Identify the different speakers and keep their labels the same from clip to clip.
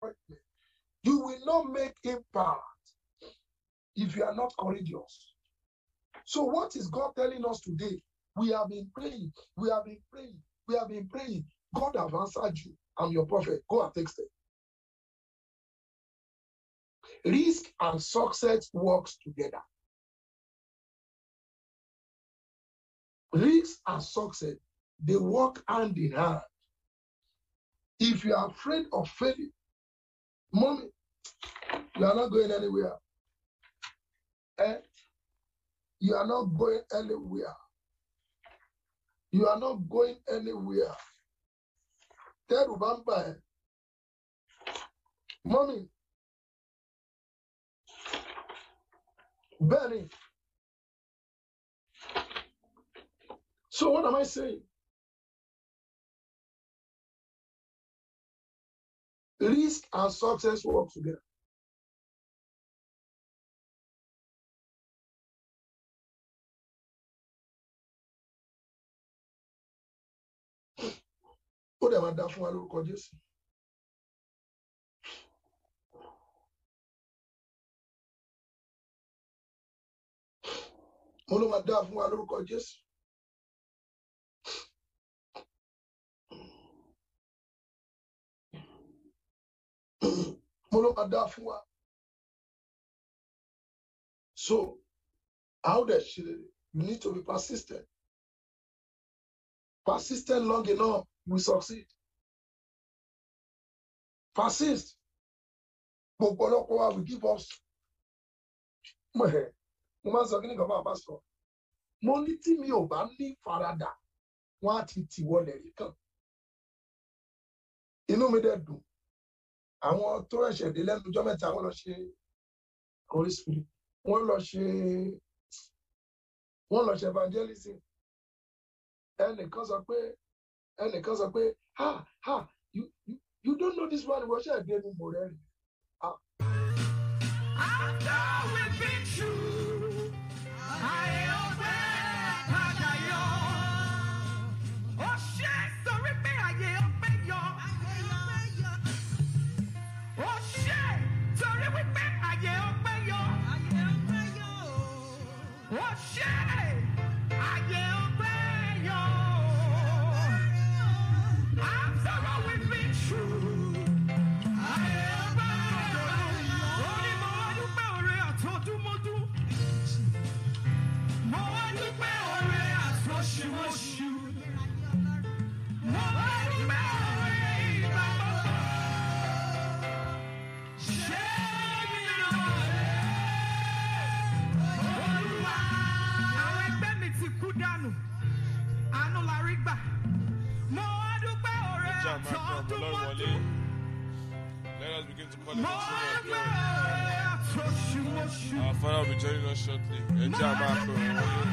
Speaker 1: appointment. You will not make impact if you are not courageous. So, what is God telling us today? We have been praying, we have been praying, we have been praying. God have answered you. I'm your prophet. Go and text it. Risk and success works together. Risk and success, they work hand in hand. If you are afraid of failure, mommy, you are not going anywhere. Eh? You are not going anywhere. You are not going anywhere. Tẹ́rù bá ń bà ẹ́. eh? Mọ́mì, bẹ́ẹ̀ ni. So what am I saying? Risk and success work together. Ó dẹ̀ máa dá fún wa lórúkọ Jésù. Mo ló máa dá fún wa lórúkọ Jésù. Mo ló máa dá fún wa. So how dẹ̀ ṣe lè you need to be persistent. Persistent long enough we succeed. Persist. Gbogbo ọlọ́pọ̀ wa we give up. Mo ẹ̀ mo máa ń sọ kí nìkan bá a bá sọ. Mo ní tí mi ò bá ní faradà, wọ́n á ti tìwọlẹ̀ rí kàn. Inú mi dẹ̀ dùn. àwọn tó ẹ̀ṣẹ̀ dé lẹ́nu ọjọ́ mẹ́ta wọ́n lọ ṣe holy spirit wọ́n lọ ṣe wọ́n lọ ṣe evangelism ẹnìkan sọ pé ẹnìkan sọ pé ha ha you you you don't know this one wọ́n ṣe ẹ̀gbẹ́ mi mọ̀ rẹ́ rí Ah,
Speaker 2: Oh, Oh, Oh, Lift your mic from the Lord wọlé. Let us begin to call him the children of God. Our Father will be joining us shortly. Ẹ jẹ́ àmà pé òun wọlé.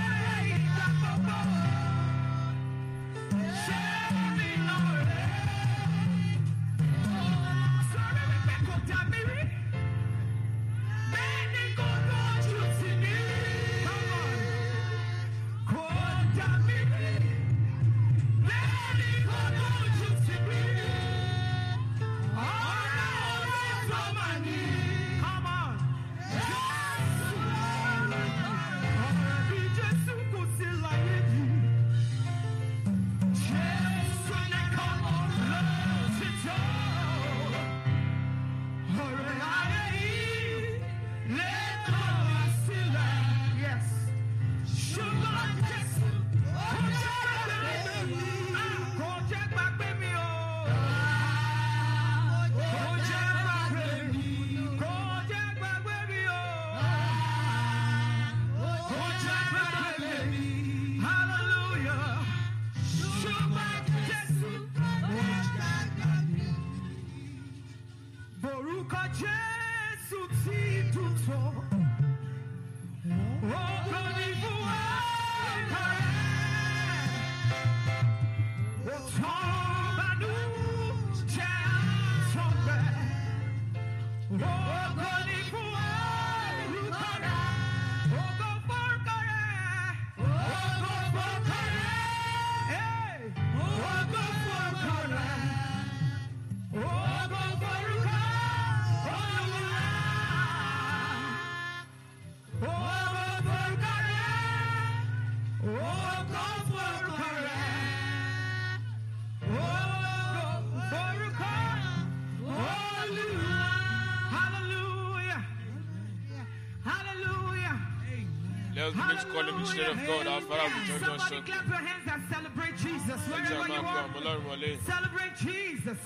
Speaker 3: Let us begin to call him the
Speaker 2: Hallelujah.
Speaker 3: children of God. Our Father will
Speaker 2: Amen.
Speaker 3: join us
Speaker 2: Somebody
Speaker 3: shortly.
Speaker 2: clap your hands and celebrate Jesus.
Speaker 3: Ẹ jẹ́
Speaker 2: Wherever
Speaker 3: máa
Speaker 2: you
Speaker 3: pe
Speaker 2: are,
Speaker 3: àwọn ọlọ́run wọlé.
Speaker 2: celebrate Jesus.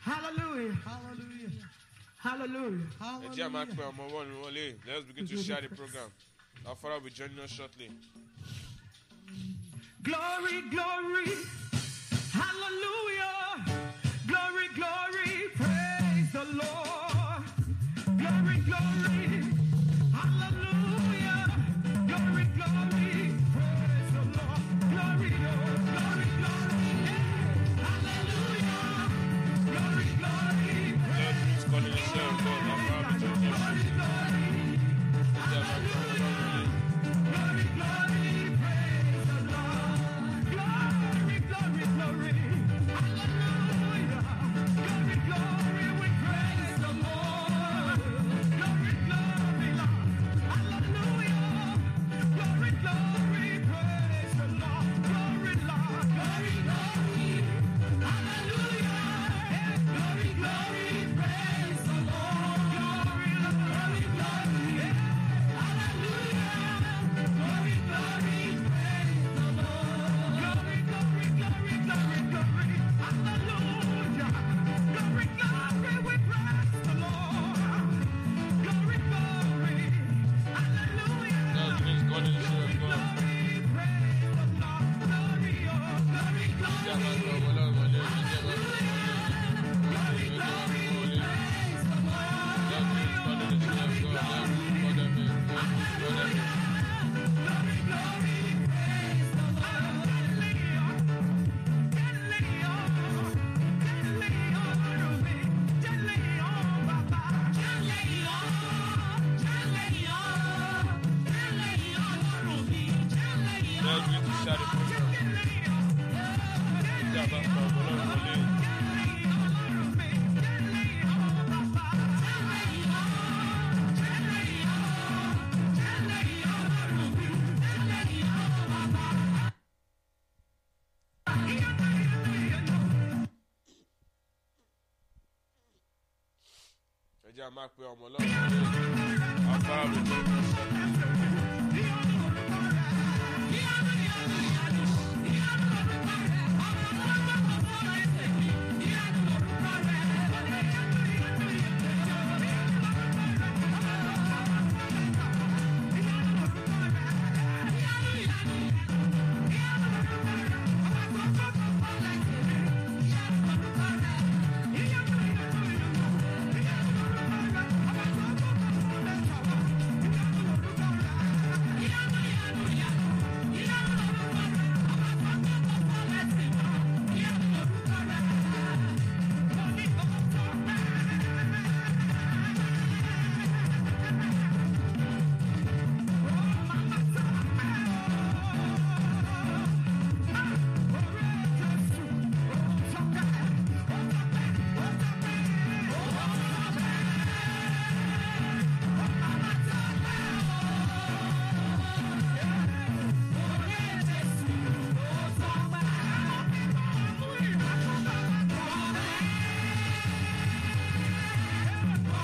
Speaker 2: Hallelujah.
Speaker 4: Hallelujah.
Speaker 2: Hallelujah.
Speaker 3: Ẹ jẹ́ máa pe àwọn ọlọ́run wọlé. Let us begin to share the program. Our Father will join us shortly.
Speaker 2: Glory, glory. Hallelujah. Glory, glory. Praise the Lord. Glory, glory. Hallelujah. Glory, glory. Praise the Lord. Glory, Lord. Glory, glory. Hey. Hallelujah. Glory, glory.
Speaker 3: Let us begin to call him the children of God. Our Father will join us shortly.
Speaker 2: Glory, glory.
Speaker 3: Ẹ jẹ́ máa pe àwọn ọlọ́run wọlé.
Speaker 2: Glory, glory, praise the Lord. Glory, glory, glory. Hallelujah. Glory, glory, we praise the Lord. Glory, glory, Lord. Hallelujah. Glory, glory, praise the Lord. Glory, Lord. Glory, glory. Hallelujah. Glory, glory, praise the Lord. Glory, Lord. Glory, glory.
Speaker 3: Let us begin to call him the children of God. Ẹ jẹ́ máa pe àwọn ọlọ́run wọlé. Ẹ jẹ́ máa pe àwọn ọlọ́run wọlé. Let us begin to call him the children of God. Let us begin to call them in. Let us begin to call them in. Let us begin to share the program. Ẹ jẹ́ máa pe àwọn ọlọ́run wọlé. Ẹ jẹ́ máa pe àwọn ọlọ́run wọlé. Our Father will join us shortly. Ẹ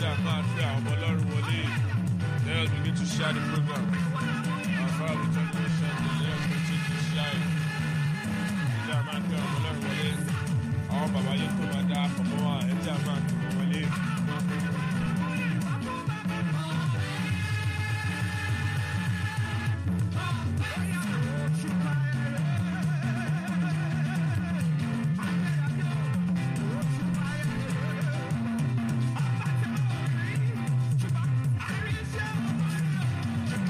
Speaker 3: jẹ́ máa pe àwọn ọlọ́run wọlé. Let us begin to share the program. Our Father will join us shortly. Let us continue to share it. Ẹ jẹ́ máa pe àwọn ọlọ́run wọlé. Àwọn bàbá yẹn kò máa dá àkọ́kọ́ wá. Ẹ jẹ́ máa pe wọn wọlé.
Speaker 2: Glory, glory,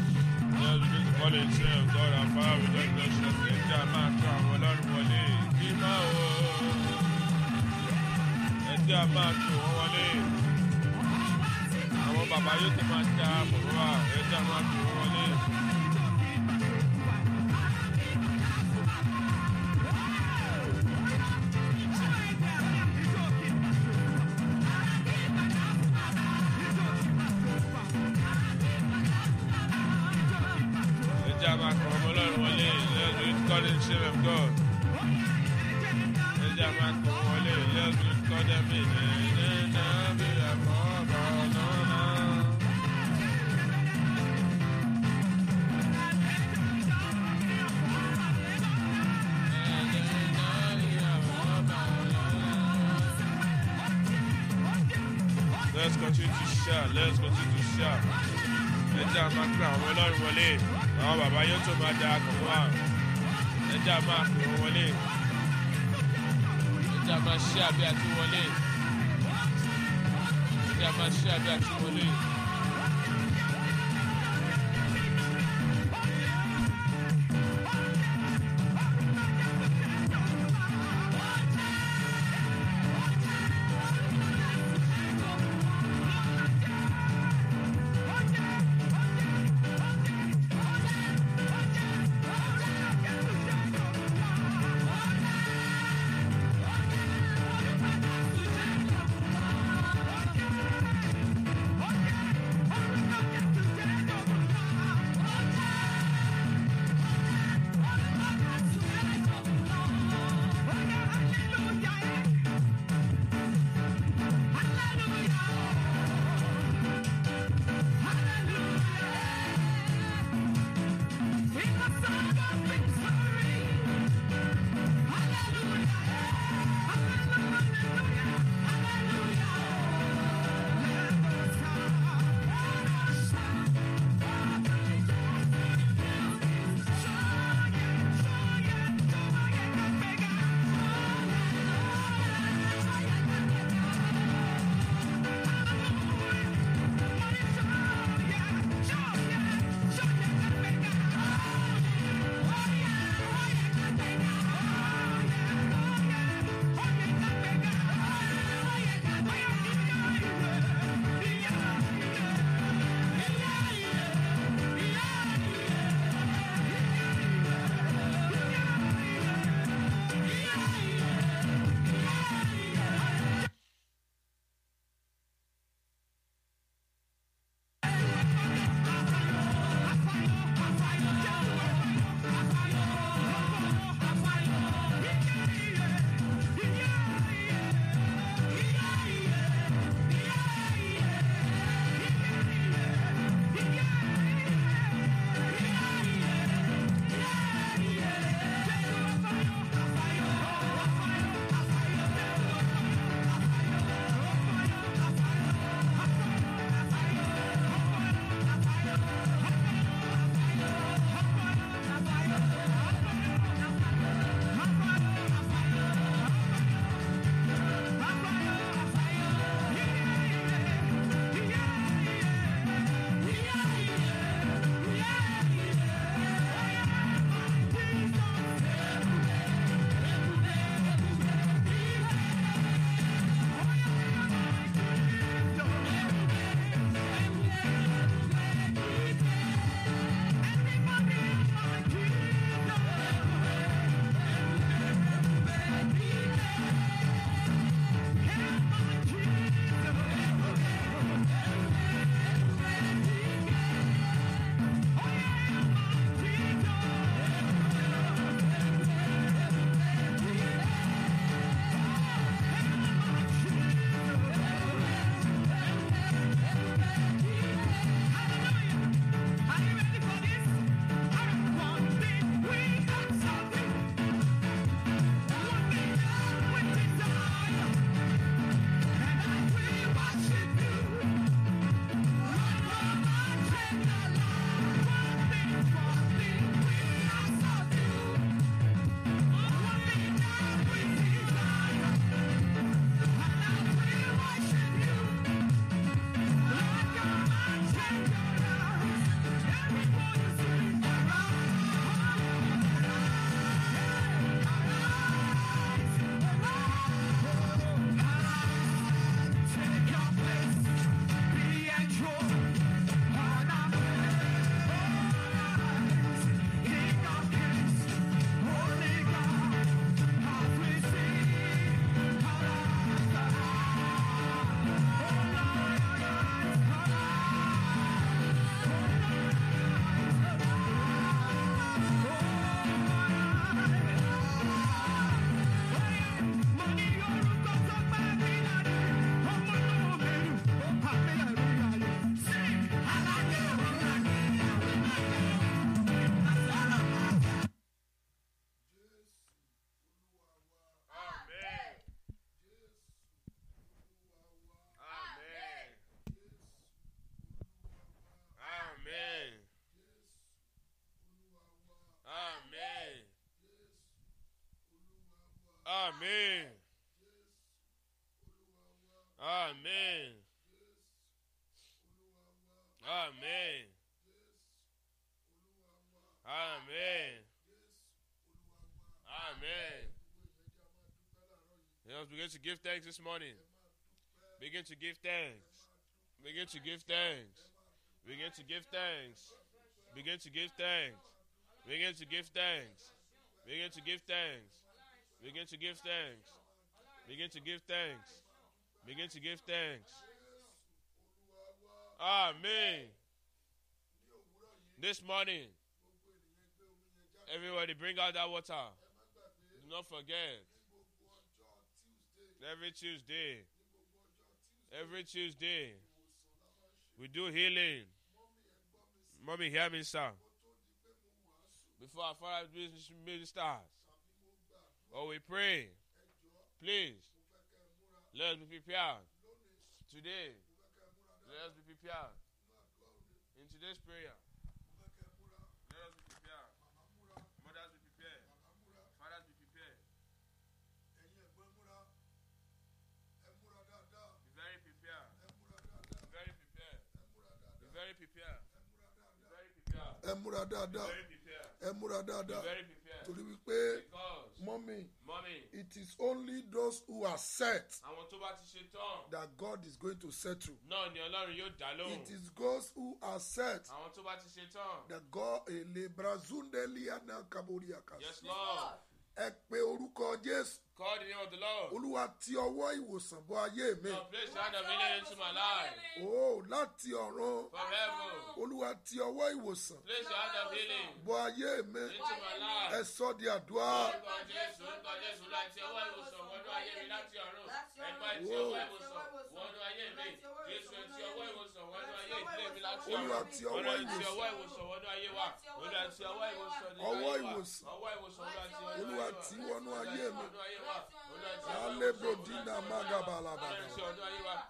Speaker 3: God himself, God our Father, we don't know shortly. Ẹ jẹ́ àmà kan àwọn ọlọ́run wọlé. Kí má o. Ẹ jẹ́ àmà kan wọn wọlé. Àwọn bàbá yóò ti máa ja bàbá wa. Ẹ jẹ́ àmà kan wọn wọlé. Ẹ jẹ́ àmà kan ọmọ ọlọ́run wọlé. Let's read God and shame of God. Ẹ jẹ́ àmà kan wọn wọlé. Let's read God and me. Nana bí àmọ́ bọ̀ náà. Let's continue to share. Let's continue to share. Ẹ jẹ́ a máa pe àwọn ọlọ́run wọlé. Àwọn bàbá yóò tó máa da àkọ́kọ́ wa. Ẹ jẹ́ a máa pè wọ́n wọlé. Ẹ jẹ́ a máa ṣe àbí àti wọlé. Ẹ jẹ́ a máa ṣe àbí àti wọlé. begin to give thanks this morning. Begin to give thanks. Begin to give thanks. Begin to give thanks. Begin to give thanks. Begin to give thanks. Begin to give thanks. Begin to give thanks. Begin to give thanks. Begin to give thanks. Amen. This morning, everybody bring out that water. Do not forget. Every Tuesday, every Tuesday, we do healing. Mommy, hear me, sir. Before our father business ministers, or we pray, please, let us be prepared. Today, let us be prepared. In today's prayer, let us be prepared. Mothers be prepared. Fathers be prepared. Be very prepared. Be very prepared. Be very prepared. Be very prepared.
Speaker 1: ẹ múra
Speaker 3: Be
Speaker 1: dáadáa
Speaker 3: very prepared.
Speaker 1: ẹ múra
Speaker 3: Be
Speaker 1: dáadáa
Speaker 3: very prepared.
Speaker 1: torí wípé
Speaker 3: Because,
Speaker 1: mọ́mí
Speaker 3: mommy,
Speaker 1: it is only those who are set
Speaker 3: àwọn tó bá ti ṣe tán
Speaker 1: that God is going to settle.
Speaker 3: náà ni Ọlọ́run yóò dá lóhùn.
Speaker 1: It is those who are set
Speaker 3: Àwọn tó bá ti ṣe tán.
Speaker 1: that God ele brazundeliana
Speaker 3: Yes,
Speaker 1: kaboriakas.
Speaker 3: Lord.
Speaker 1: Ẹ pe orúkọ Jésù.
Speaker 3: Call the name of the Lord.
Speaker 1: Olúwa ti ọwọ́ ìwòsàn bọ ayé mi.
Speaker 3: Now place your hand of healing into my life.
Speaker 1: Ó láti ọ̀run.
Speaker 3: From heaven.
Speaker 1: Olúwa ti ọwọ́ ìwòsàn
Speaker 3: Place your hand of healing
Speaker 1: bọ ayé mi.
Speaker 3: into my life.
Speaker 1: Ẹ sọ di àdúrà.
Speaker 3: Orúkọ Jésù, orúkọ Jésù, láti ọwọ́ ìwòsàn wọnú ayé mi láti ọ̀run. Ẹ̀pá ti
Speaker 1: Whoa.
Speaker 3: ọwọ́ ìwòsàn wọnú ayé mi. Jésù ti ọwọ́ ìwòsàn wọnú ayé ilé mi láti ọ̀run.
Speaker 1: Olúwa ti ọwọ́
Speaker 3: Olúwa ti ọwọ́
Speaker 1: ìwòsàn.
Speaker 3: ìwòsàn wọnú ayé wa. Olúwa ti ọwọ́ ìwòsàn nínú
Speaker 1: Ọwọ́
Speaker 3: ayé wa.
Speaker 1: ìwòsàn.
Speaker 3: Ọwọ́
Speaker 1: Olúwa
Speaker 3: ìwòsàn Olúwa
Speaker 1: ti
Speaker 3: ti
Speaker 1: wọnú ayé mi. Alebrodina
Speaker 3: Alebrodina
Speaker 1: magabalaba.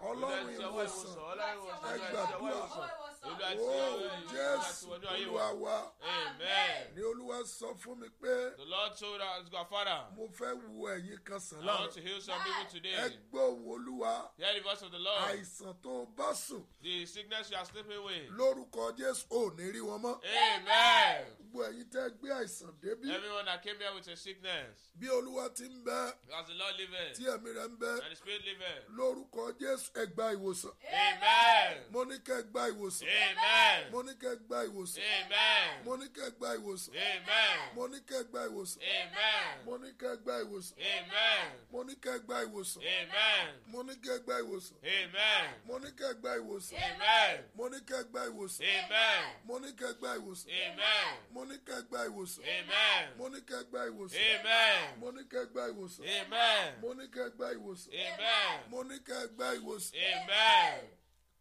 Speaker 1: Ọlọ́run ìwòsàn. Ẹ gbàdúrà. Ó Jésù Olúwa wa.
Speaker 3: Amen.
Speaker 1: Ní Olúwa sọ fún mi pé
Speaker 3: The Lord told us, God, Father,
Speaker 1: mo fẹ́ wo ẹ̀yin kan sàn
Speaker 3: I want
Speaker 1: lára.
Speaker 3: to heal some people
Speaker 1: Ẹ
Speaker 3: today.
Speaker 1: gbọ́ òun Olúwa.
Speaker 3: Hear the voice of the Lord.
Speaker 1: Àìsàn tó o bá sùn
Speaker 3: The sickness you are sleeping with.
Speaker 1: lórúkọ Jésù ò ní rí wọn mọ́.
Speaker 3: Amen.
Speaker 1: Gbogbo ẹ̀yin tẹ́ gbé àìsàn débí.
Speaker 3: Everyone that came here with a sickness,
Speaker 1: Bí Olúwa ti ń bẹ,
Speaker 3: as the Lord
Speaker 1: tí
Speaker 3: liveth,
Speaker 1: ẹ̀mí rẹ̀ ń bẹ,
Speaker 3: and the Spirit liveth.
Speaker 1: lórúkọ Jésù ẹ gba ìwòsàn.
Speaker 3: Amen.
Speaker 1: Mo ní kẹ́ ẹ gba ìwòsàn.
Speaker 3: Amen.
Speaker 1: Mo ní kẹ́ ẹ gba ìwòsàn.
Speaker 3: Amen.
Speaker 1: Mo ní kẹ́ ẹ gba ìwòsàn.
Speaker 3: Amen.
Speaker 1: Mo ní kẹ́ ẹ gba ìwòsàn.
Speaker 3: Amen.
Speaker 1: Mo ní kẹ́ ẹ gba ìwòsàn.
Speaker 3: Amen.
Speaker 1: Mo ní kẹ́ ẹ gba ìwòsàn.
Speaker 3: Amen.
Speaker 1: Mo ní kẹ́ ẹ gba ìwòsàn.
Speaker 3: Amen.
Speaker 1: Mo ní kẹ́ ẹ gba ìwòsàn.
Speaker 3: Amen.
Speaker 1: Mo ní kẹ́ ẹ gba ìwòsàn.
Speaker 3: Amen.
Speaker 1: Mo ní kẹ́ ẹ gba ìwòsàn.
Speaker 3: Amen.
Speaker 1: Mo ní kẹ́ ẹ gba ìwòsàn.
Speaker 3: Amen.
Speaker 1: Mo ní kẹ́ ẹ gba ìwòsàn. Mo
Speaker 3: Amen.
Speaker 1: ní kẹ́ ẹ gba ìwòsàn.
Speaker 3: Amen.
Speaker 1: Mo ní kẹ́ ẹ gba ìwòsàn. Mo ní kẹ́ ẹ
Speaker 3: Amen.
Speaker 1: gba ìwòsàn.
Speaker 3: Amen.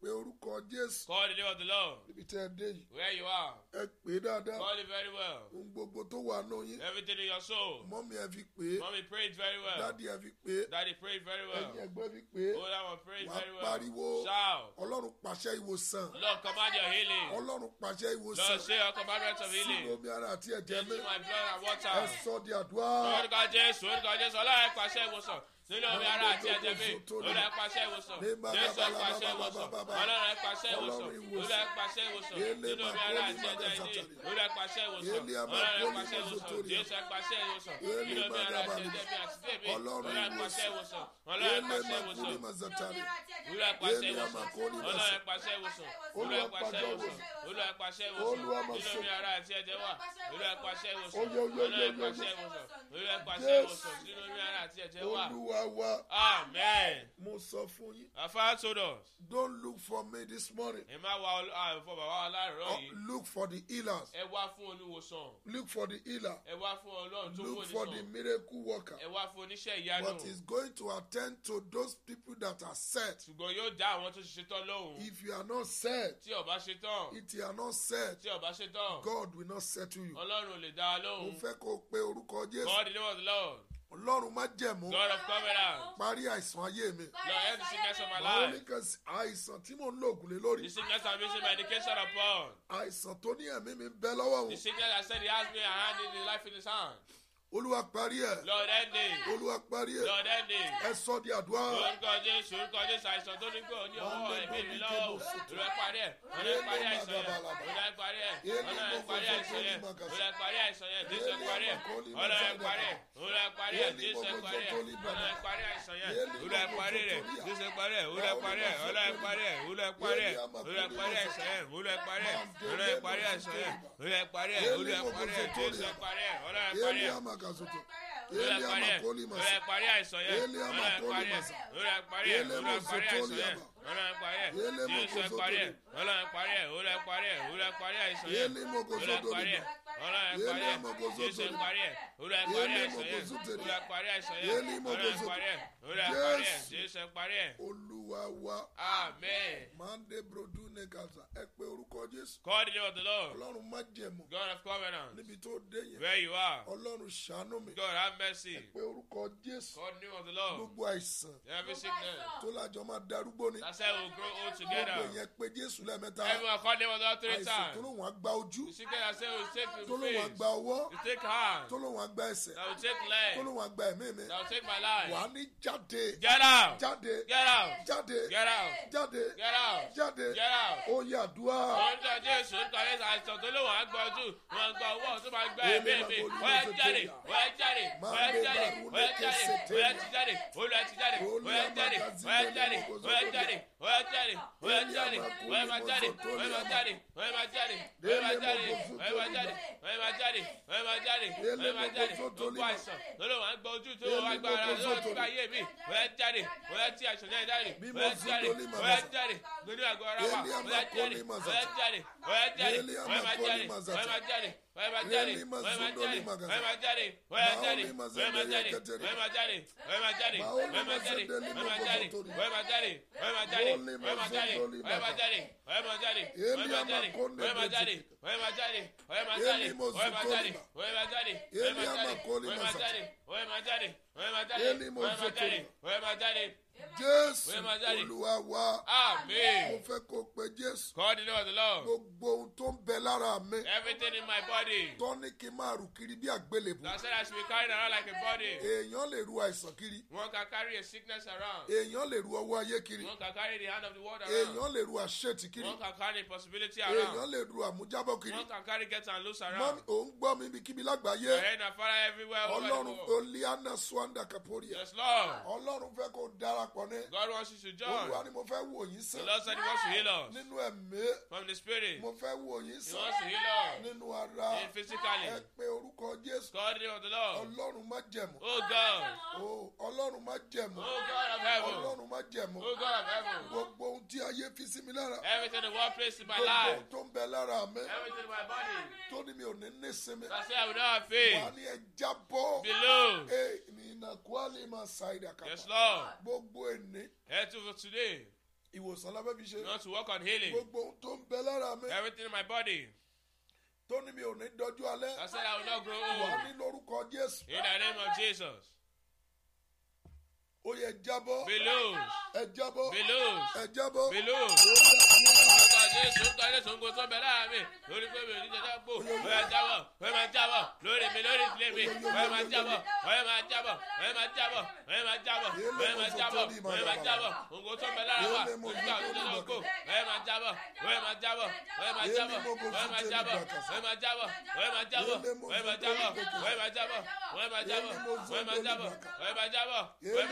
Speaker 1: Pé orúkọ Jésù
Speaker 3: Call the name of the Lord.
Speaker 1: níbi tẹ́ ẹ dé yìí.
Speaker 3: Where you are,
Speaker 1: Ẹ pè é dáadáa.
Speaker 3: call it very well.
Speaker 1: Ohun gbogbo tó wà nù yín.
Speaker 3: Everything in your soul.
Speaker 1: Mọ́mí ẹ fi pè é.
Speaker 3: Mommy prayed very well.
Speaker 1: Dádì ẹ fi pè é.
Speaker 3: Daddy prayed very well.
Speaker 1: Ẹyin ẹgbẹ́ fi pè é.
Speaker 3: Oh, that one prayed
Speaker 1: Wàá
Speaker 3: very well.
Speaker 1: pariwo.
Speaker 3: Shout.
Speaker 1: Ọlọ́run pàṣẹ ìwòsàn.
Speaker 3: Lord, command your healing.
Speaker 1: Ọlọ́run pàṣẹ ìwòsàn.
Speaker 3: Lord, say your commandments of
Speaker 1: Sínú
Speaker 3: healing.
Speaker 1: omi ara àti ẹ̀jẹ̀
Speaker 3: This
Speaker 1: mi.
Speaker 3: is my blood
Speaker 1: Ẹ
Speaker 3: and water.
Speaker 1: sọ di àdúrà.
Speaker 3: Orúkọ Jésù, orúkọ Jésù, ọlọ́run ẹ pàṣẹ ìwòsàn. Nínú omi ara àti ẹ̀jẹ̀ mi, olúwa ẹ pàṣẹ ìwòsàn. Jésù ẹ pàṣẹ ìwòsàn. Ọlọ́run ẹ pàṣẹ ìwòsàn. Olúwa ẹ pàṣẹ ìwòsàn. Nínú omi ara àti ẹ̀jẹ̀ mi, olúwa ẹ pàṣẹ ìwòsàn. Ọlọ́run ẹ pàṣẹ ìwòsàn. Jésù ẹ pàṣẹ ìwòsàn. Nínú omi ara àti ẹ̀jẹ̀ mi àti tèmi, olúwa ẹ pàṣẹ ìwòsàn. Ọlọ́run ẹ pàṣẹ ìwòsàn. Olúwa pàṣẹ ìwòsàn. Ọlọ́run pàṣẹ ìwòsàn. Olúwa pàṣẹ ìwòsàn. Olúwa pàṣẹ ìwòsàn. Nínú mi ara àti ẹ̀jẹ̀ wa. Olúwa pàṣẹ ìwòsàn. Olúwa pàṣẹ ìwòsàn. Olúwa pàṣẹ ìwòsàn. Nínú mi ara àti ẹ̀jẹ̀ wa.
Speaker 1: Olúwa wa,
Speaker 3: Amen.
Speaker 1: mo sọ fún yín.
Speaker 3: Our Father told us,
Speaker 1: Don't look for me this morning.
Speaker 3: ẹ má wá Olú- ah, fún bàbá wa
Speaker 1: Oh,
Speaker 3: láàárọ̀ yìí.
Speaker 1: Look for the healers.
Speaker 3: Ẹ wá fún olúwòsàn.
Speaker 1: Look for the healer.
Speaker 3: Ẹ wá fún Ọlọ́run tó
Speaker 1: Look
Speaker 3: wò
Speaker 1: for the
Speaker 3: nìkan.
Speaker 1: miracle worker.
Speaker 3: Ẹ wá fún oníṣẹ́ ìyanu.
Speaker 1: But he's going to attend to those people that are set.
Speaker 3: Ṣùgbọ́n yóò dá àwọn tó ṣe tán lóhùn.
Speaker 1: If you are not set,
Speaker 3: Tí ọba ṣe tán,
Speaker 1: if you are not set,
Speaker 3: tí ọba ṣe tán,
Speaker 1: God will not settle you.
Speaker 3: Ọlọ́run ò lè dá a
Speaker 1: Mo
Speaker 3: lóhùn.
Speaker 1: fẹ́ kó o pe orúkọ Jésù.
Speaker 3: God the name of the Lord,
Speaker 1: Ọlọ́run má jẹ̀mú.
Speaker 3: God of covenant,
Speaker 1: Parí àìsàn ayé mi.
Speaker 3: Lord help the sickness of my
Speaker 1: Àwọn
Speaker 3: life,
Speaker 1: oníkan àìsàn tí mò ń lo ògùn lé
Speaker 3: the
Speaker 1: lórí.
Speaker 3: sickness I'm using medication upon,
Speaker 1: Àìsàn tó ní ẹ̀mí mi ń bẹ lọ́wọ́
Speaker 3: the
Speaker 1: wọn.
Speaker 3: sickness I said he has me a hand in his life in his hand.
Speaker 1: Olúwa parí ẹ̀.
Speaker 3: Lord end it,
Speaker 1: Olúwa parí ẹ̀.
Speaker 3: Lord end it.
Speaker 1: Ẹ sọ di àdúrà.
Speaker 3: orúkọ jésù orúkọ jésù àìsàn tó ní pé òní ọwọ́ ẹ̀mí mi lọ́wọ́ o. olùwẹ̀ parí ẹ̀ olùwẹ̀ parí àìsàn yẹn olùwẹ̀ parí ẹ̀ ọlọ́run ẹ̀ parí àìsàn yẹn ọlọ́run ẹ̀ parí àìsàn yẹn jésù ẹ̀ parí ẹ̀ ọlọ́run ẹ̀ parí ẹ̀ ọlọ́run ẹ̀ parí ẹ̀ jésù ẹ̀ parí ẹ̀ ọlọ́run ẹ̀ parí àìsàn yẹn ọlọ́run ẹ̀ parí rẹ̀ jésù ẹ̀ parí ẹ̀ ọlọ́run ẹ̀ parí ẹ̀ ọlọ́run ẹ̀ parí ẹ̀ ọlọ́run ẹ̀ parí ẹ̀ ọlọ́run ẹ̀ parí àìsàn yẹn ọlọ́run ẹ̀ parí ẹ̀ ọlọ́run ẹ̀ parí àìsàn yẹn ọlọ́run ẹ̀ parí ẹ̀ ọlọ́run ẹ̀ parí ẹ̀ jésù ẹ̀ parí ẹ̀ ọlọ́run ẹ̀ parí ẹ̀
Speaker 1: makasoto.
Speaker 3: lórí
Speaker 1: Elia
Speaker 3: àparí ẹ
Speaker 1: makoli
Speaker 3: lórí
Speaker 1: masa.
Speaker 3: àparí àìsàn yẹn lórí àparí ẹ lórí àparí ẹ lórí àparí àìsàn yẹn lórí àparí ẹ jésù àparí ẹ lórí àparí ẹ lórí àparí ẹ lórí àparí àìsàn yẹn
Speaker 1: Ele
Speaker 3: lórí
Speaker 1: mokosoto
Speaker 3: àparí ẹ
Speaker 1: liba.
Speaker 3: lórí àparí ẹ jésù àparí ẹ lórí àparí àìsàn yẹn lórí àparí àìsàn yẹn lórí àparí ẹ lórí àparí ẹ jésù àparí ẹ
Speaker 1: Olúwa wa.
Speaker 3: amen.
Speaker 1: Mande brodu ne kasa. Ẹ pe orúkọ Jésù.
Speaker 3: call the name of the lord
Speaker 1: Ọlọ́run má jẹ̀mọ́.
Speaker 3: god of covenant
Speaker 1: Níbi tó dé yẹn.
Speaker 3: where you are
Speaker 1: Ọlọ́run ṣàánú mi.
Speaker 3: god have mercy
Speaker 1: Pe orúkọ Jésù.
Speaker 3: call the name of the lord
Speaker 1: Gbogbo àìsàn
Speaker 3: every sickness
Speaker 1: tó lájọ máa darúgbó ni.
Speaker 3: that said we will grow old together.
Speaker 1: Gbogbo yẹn pe Jésù lẹ́ẹ̀mẹ́ta.
Speaker 3: Everyone call the name of the Lord three
Speaker 1: Àìsàn
Speaker 3: times.
Speaker 1: tó lóun á gba ojú.
Speaker 3: You see, God, I say, we take
Speaker 1: Tó
Speaker 3: your
Speaker 1: lóun á
Speaker 3: face.
Speaker 1: gba ọwọ́.
Speaker 3: You take hand.
Speaker 1: Tó lóun á gba ẹsẹ̀.
Speaker 3: That will take
Speaker 1: Tó
Speaker 3: leg.
Speaker 1: lóun á gba ẹ̀mí mi.
Speaker 3: That will take my life.
Speaker 1: Wàá ní jáde.
Speaker 3: Get out.
Speaker 1: Jáde.
Speaker 3: Get out.
Speaker 1: Jáde.
Speaker 3: Get out.
Speaker 1: Jáde.
Speaker 3: Get out.
Speaker 1: Jáde.
Speaker 3: Get out.
Speaker 1: Ó yà dúà.
Speaker 3: Ọjọ́ Jésù ń kọ́lé àìsàn tó lè wọ́n á gbọ́ ojú, wọ́n á gbọ́ ọwọ́ tó máa gbá ẹ̀mí mi. Ọ̀yá ti jáde, ọ̀yá ti jáde, ọ̀yá ti jáde, ọ̀yá ti jáde, ọ̀yá ti jáde, olùyà ti jáde, ọ̀yá ti jáde, ọ̀yá ti jáde, ọ̀yá ti jáde, ọ̀yá ti jáde, ọ̀yá ti jáde, ọ̀yá máa jáde, ọ̀yá máa jáde, ọ̀yá máa jáde, ọ̀yá máa jáde, ọ̀yá máa jáde, ọ̀yá máa jáde, ọ̀yá máa jáde, ọ̀yá máa jáde, gbogbo àìsàn lọ́lọ́ wọn á gbọ́ ojú tó wọ́n á gbá ara lọ́wọ́ tó bá yé mi, ọ̀yá ti jáde, ọ̀yá ti àìsàn jáde jáde, ọ̀yá ti jáde, ọ̀yá ti jáde, lórí àgọ́ ara wa, ọ̀yá ti jáde, ọ̀yá ti jáde, ọ̀yá ti jáde, ọ̀yá máa jáde, ọ̀yá máa jáde, ọ̀yá máa jáde, ọ̀yá máa jáde, ọ̀yá máa jáde, ọ̀yá jáde, ọ̀yá máa jáde, ọ̀yá máa jáde, ọ̀yá máa jáde, ọ̀yá máa jáde, ọ̀yá máa jáde, ọ̀yá máa jáde, ọ̀yá máa jáde, ọ̀yá máa jáde, ọ̀yá máa jáde, ọ̀yá máa jáde, ọ̀yá máa jáde, ọ̀yá máa jáde, ọ̀yá máa jáde, ọ̀yá máa jáde, ọ̀yá máa jáde, ọ̀yá máa jáde, ọ̀yá máa jáde, ọ̀yá máa jáde, ọ̀yá máa jáde, ọ̀yá máa jáde, ọ̀yá máa jáde, ọ̀yá máa jáde.
Speaker 1: Jésù
Speaker 3: Wẹ́n máa jáde.
Speaker 1: Olúwa wa. Mo
Speaker 3: Amen.
Speaker 1: fẹ́ kó pe Jésù.
Speaker 3: Call the name of the Lord.
Speaker 1: Gbogbo ohun tó ń bẹ lára mi.
Speaker 3: Everything in my body.
Speaker 1: Tó ní kí n máa rù kiri bí àgbélébù.
Speaker 3: That said I should be carried around like a body.
Speaker 1: Èèyàn lè ru àìsàn kiri.
Speaker 3: One can carry a sickness around.
Speaker 1: Èèyàn lè ru ọwọ́ ayé kiri.
Speaker 3: One can carry the hand of the world around.
Speaker 1: Èèyàn lè ru àṣetì kiri.
Speaker 3: One can carry impossibility
Speaker 1: Èèyàn
Speaker 3: around.
Speaker 1: lè ru àmújábọ̀ kiri.
Speaker 3: One can carry get and lose around.
Speaker 1: Mọ́mí òun gbọ́ mi ibikíbi lágbàáyé.
Speaker 3: Ẹ̀rẹ́nà fara everywhere all over the
Speaker 1: Ọlọ́run
Speaker 3: world.
Speaker 1: Oliana Swanda Kaporia.
Speaker 3: Yes, Lord.
Speaker 1: Ọlọ́run fẹ́ kó darapọ̀ ní.
Speaker 3: God wants you to join.
Speaker 1: Olúwa ni mo fẹ́ wò yín
Speaker 3: The
Speaker 1: sàn.
Speaker 3: Lord said He wants to heal us
Speaker 1: Nínú ẹ̀mí.
Speaker 3: from the spirit.
Speaker 1: Mo fẹ́ wò yín
Speaker 3: He
Speaker 1: sàn.
Speaker 3: wants to heal us
Speaker 1: Nínú ara.
Speaker 3: in physically.
Speaker 1: Ẹ pe orúkọ Jésù.
Speaker 3: God, the name of the Lord.
Speaker 1: Ọlọ́run má jẹ̀mú.
Speaker 3: Oh God.
Speaker 1: Oh, Ọlọ́run má jẹ̀mú.
Speaker 3: Oh God of heaven.
Speaker 1: Ọlọ́run má jẹ̀mú.
Speaker 3: Oh God of heaven.
Speaker 1: Gbogbo ohun tí ayé fi sí mi lára.
Speaker 3: Everything the world placed in my
Speaker 1: Gbogbo
Speaker 3: life.
Speaker 1: ohun tó ń bẹ lára mi.
Speaker 3: Everything in my body.
Speaker 1: Tó ní mi ò ní ní sinmi.
Speaker 3: That said I will not have faith.
Speaker 1: Wà ní ẹja bọ́.
Speaker 3: Below.
Speaker 1: Ee, ní Nàkúálì máa sa ìdà
Speaker 3: Yes,
Speaker 1: kàpá.
Speaker 3: Lord.
Speaker 1: Gbogbo ẹni
Speaker 3: Head to for today.
Speaker 1: ìwòsàn la fẹ́ fi
Speaker 3: You
Speaker 1: ṣe.
Speaker 3: want to work on healing.
Speaker 1: Gbogbo ohun tó ń bẹ lára mi.
Speaker 3: Everything in my body.
Speaker 1: Tó ní mi ò ní dọ́jú
Speaker 3: I
Speaker 1: alẹ́.
Speaker 3: said I will not grow
Speaker 1: Wà
Speaker 3: old.
Speaker 1: ní lórúkọ Jésù.
Speaker 3: In the name of Jesus.
Speaker 1: Ó yẹ jábọ́.
Speaker 3: Below.
Speaker 1: Ẹja bọ́.
Speaker 3: Below.
Speaker 1: Ẹja bọ́. Ó
Speaker 3: Below. Orúkọ Jésù, orúkọ Jésù, ń kó sọ bẹ́ẹ̀ láàmì. Lórí pé mi ò ní jẹjọ́ pò. Ọ̀yẹ́ jábọ̀, ọ̀yẹ́ máa jábọ̀. Lórí mi, lórí ìdílé mi. Ọ̀yẹ́ máa jábọ̀, ọ̀yẹ́ máa jábọ̀, ọ̀yẹ́ máa jábọ̀, ọ̀yẹ́ máa jábọ̀, ọ̀yẹ́ máa jábọ̀, ọ̀yẹ́ máa jábọ̀. Ń kó sọ bẹ́ẹ̀ lára wa. Nígbà wo ló lọ kó? Ọ̀yẹ́ máa jábọ̀, ọ̀yẹ́ máa jábọ̀, ọ̀yẹ́ máa jábọ̀, ọ̀yẹ́ máa jábọ̀, ọ̀yẹ́ máa jábọ̀, ọ̀yẹ́ máa jábọ̀, ọ̀yẹ́ máa jábọ̀, ọ̀yẹ́ máa jábọ̀, ọ̀yẹ́ máa jábọ̀, ọ̀yẹ́ máa jábọ̀, ọ̀yẹ́ máa jábọ̀, ọ̀yẹ́ máa jábọ̀, ọ̀yẹ́ máa jábọ̀, ọ̀yẹ́ máa jábọ̀, ọ̀yẹ́ máa jábọ̀, ọ̀yẹ́